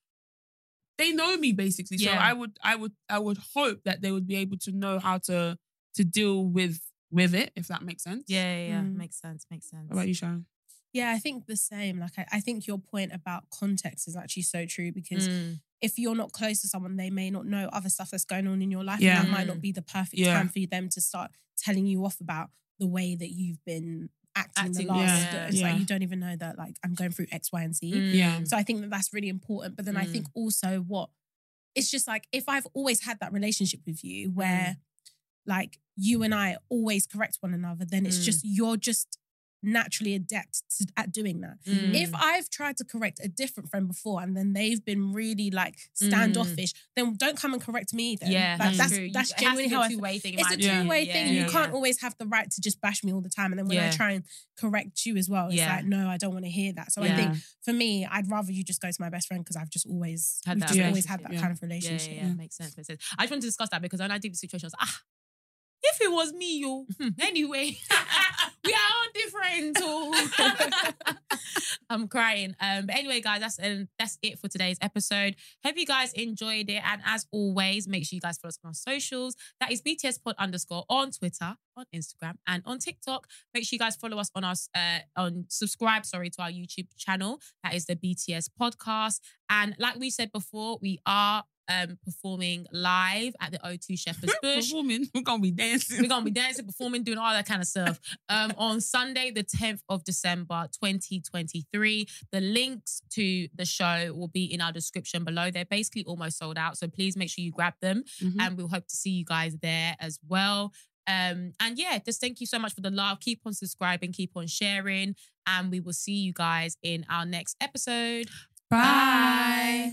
B: they know me basically. So
C: Yeah.
B: I would I would I would hope that they would be able to know how to to deal with with it, if that makes sense.
C: yeah, yeah. yeah.
A: Mm.
C: Makes sense. Makes sense.
B: What about you, Sharon?
A: Yeah, I think the same. Like, I, I think your point about context is actually so true because
C: Mm.
A: if you're not close to someone, they may not know other stuff that's going on in your life.
B: Yeah.
A: And that
C: Mm.
A: might not be the perfect
B: Yeah.
A: time for them to start telling you off about the way that you've been acting,
C: Acting,
A: in the last.
C: yeah,
A: It's
B: yeah.
A: like you don't even know that, like, I'm going through X, Y, and Z.
C: Mm.
B: Yeah.
A: So I think that that's really important. But then I
C: Mm.
A: think also what it's just like if I've always had that relationship with you where
C: Mm.
A: like you and I always correct one another, then it's
C: Mm.
A: just you're just naturally adept to, at doing that.
C: Mm.
A: If I've tried to correct a different friend before and then they've been really like standoffish, then don't come and correct me then.
C: Mm. yeah,
A: Like,
C: that's,
A: that's
C: true.
A: that's
C: You- it has to
A: genuinely
C: be
A: how
C: a
A: I feel.
C: two-way thing. in
A: It's
C: my
A: a
C: opinion.
A: two way
C: Yeah,
A: thing.
C: yeah,
A: you can't
C: yeah.
A: always have the right to just bash me all the time. And then when
C: Yeah.
A: I try and correct you as well, it's
C: Yeah.
A: like, no, I don't want to hear that. So I
C: Yeah.
A: think for me, I'd rather you just go to my best friend because I've just always
C: Had
A: we've
C: that
A: just always
C: relationship,
A: had that
B: yeah.
A: kind of
C: Yeah,
A: relationship.
C: yeah, yeah. makes sense. Makes sense. I just wanted to discuss that because when I did the situation, I was like, ah, If it was me, you. Hmm, Anyway, we are all different. oh. I'm crying. Um, but anyway, guys, that's um, that's it for today's episode. Hope you guys enjoyed it. And as always, make sure you guys follow us on our socials. That is BTS Pod underscore on Twitter, on Instagram, and on TikTok. Make sure you guys follow us on our uh, on subscribe, sorry, to our YouTube channel. That is the BTS Podcast. And like we said before, we are um performing live at the O2 Shepherd's Bush.
B: Performing, we're gonna be dancing.
C: We're gonna be dancing, performing, doing all that kind of stuff. Um, on Sunday, the 10th of December, 2023. The links to the show will be in our description below. They're basically almost sold out, so please make sure you grab them.
B: Mhm.
C: And we'll hope to see you guys there as well. Um, and yeah, just thank you so much for the love. Keep on subscribing, keep on sharing, and we will see you guys in our next episode. Bye.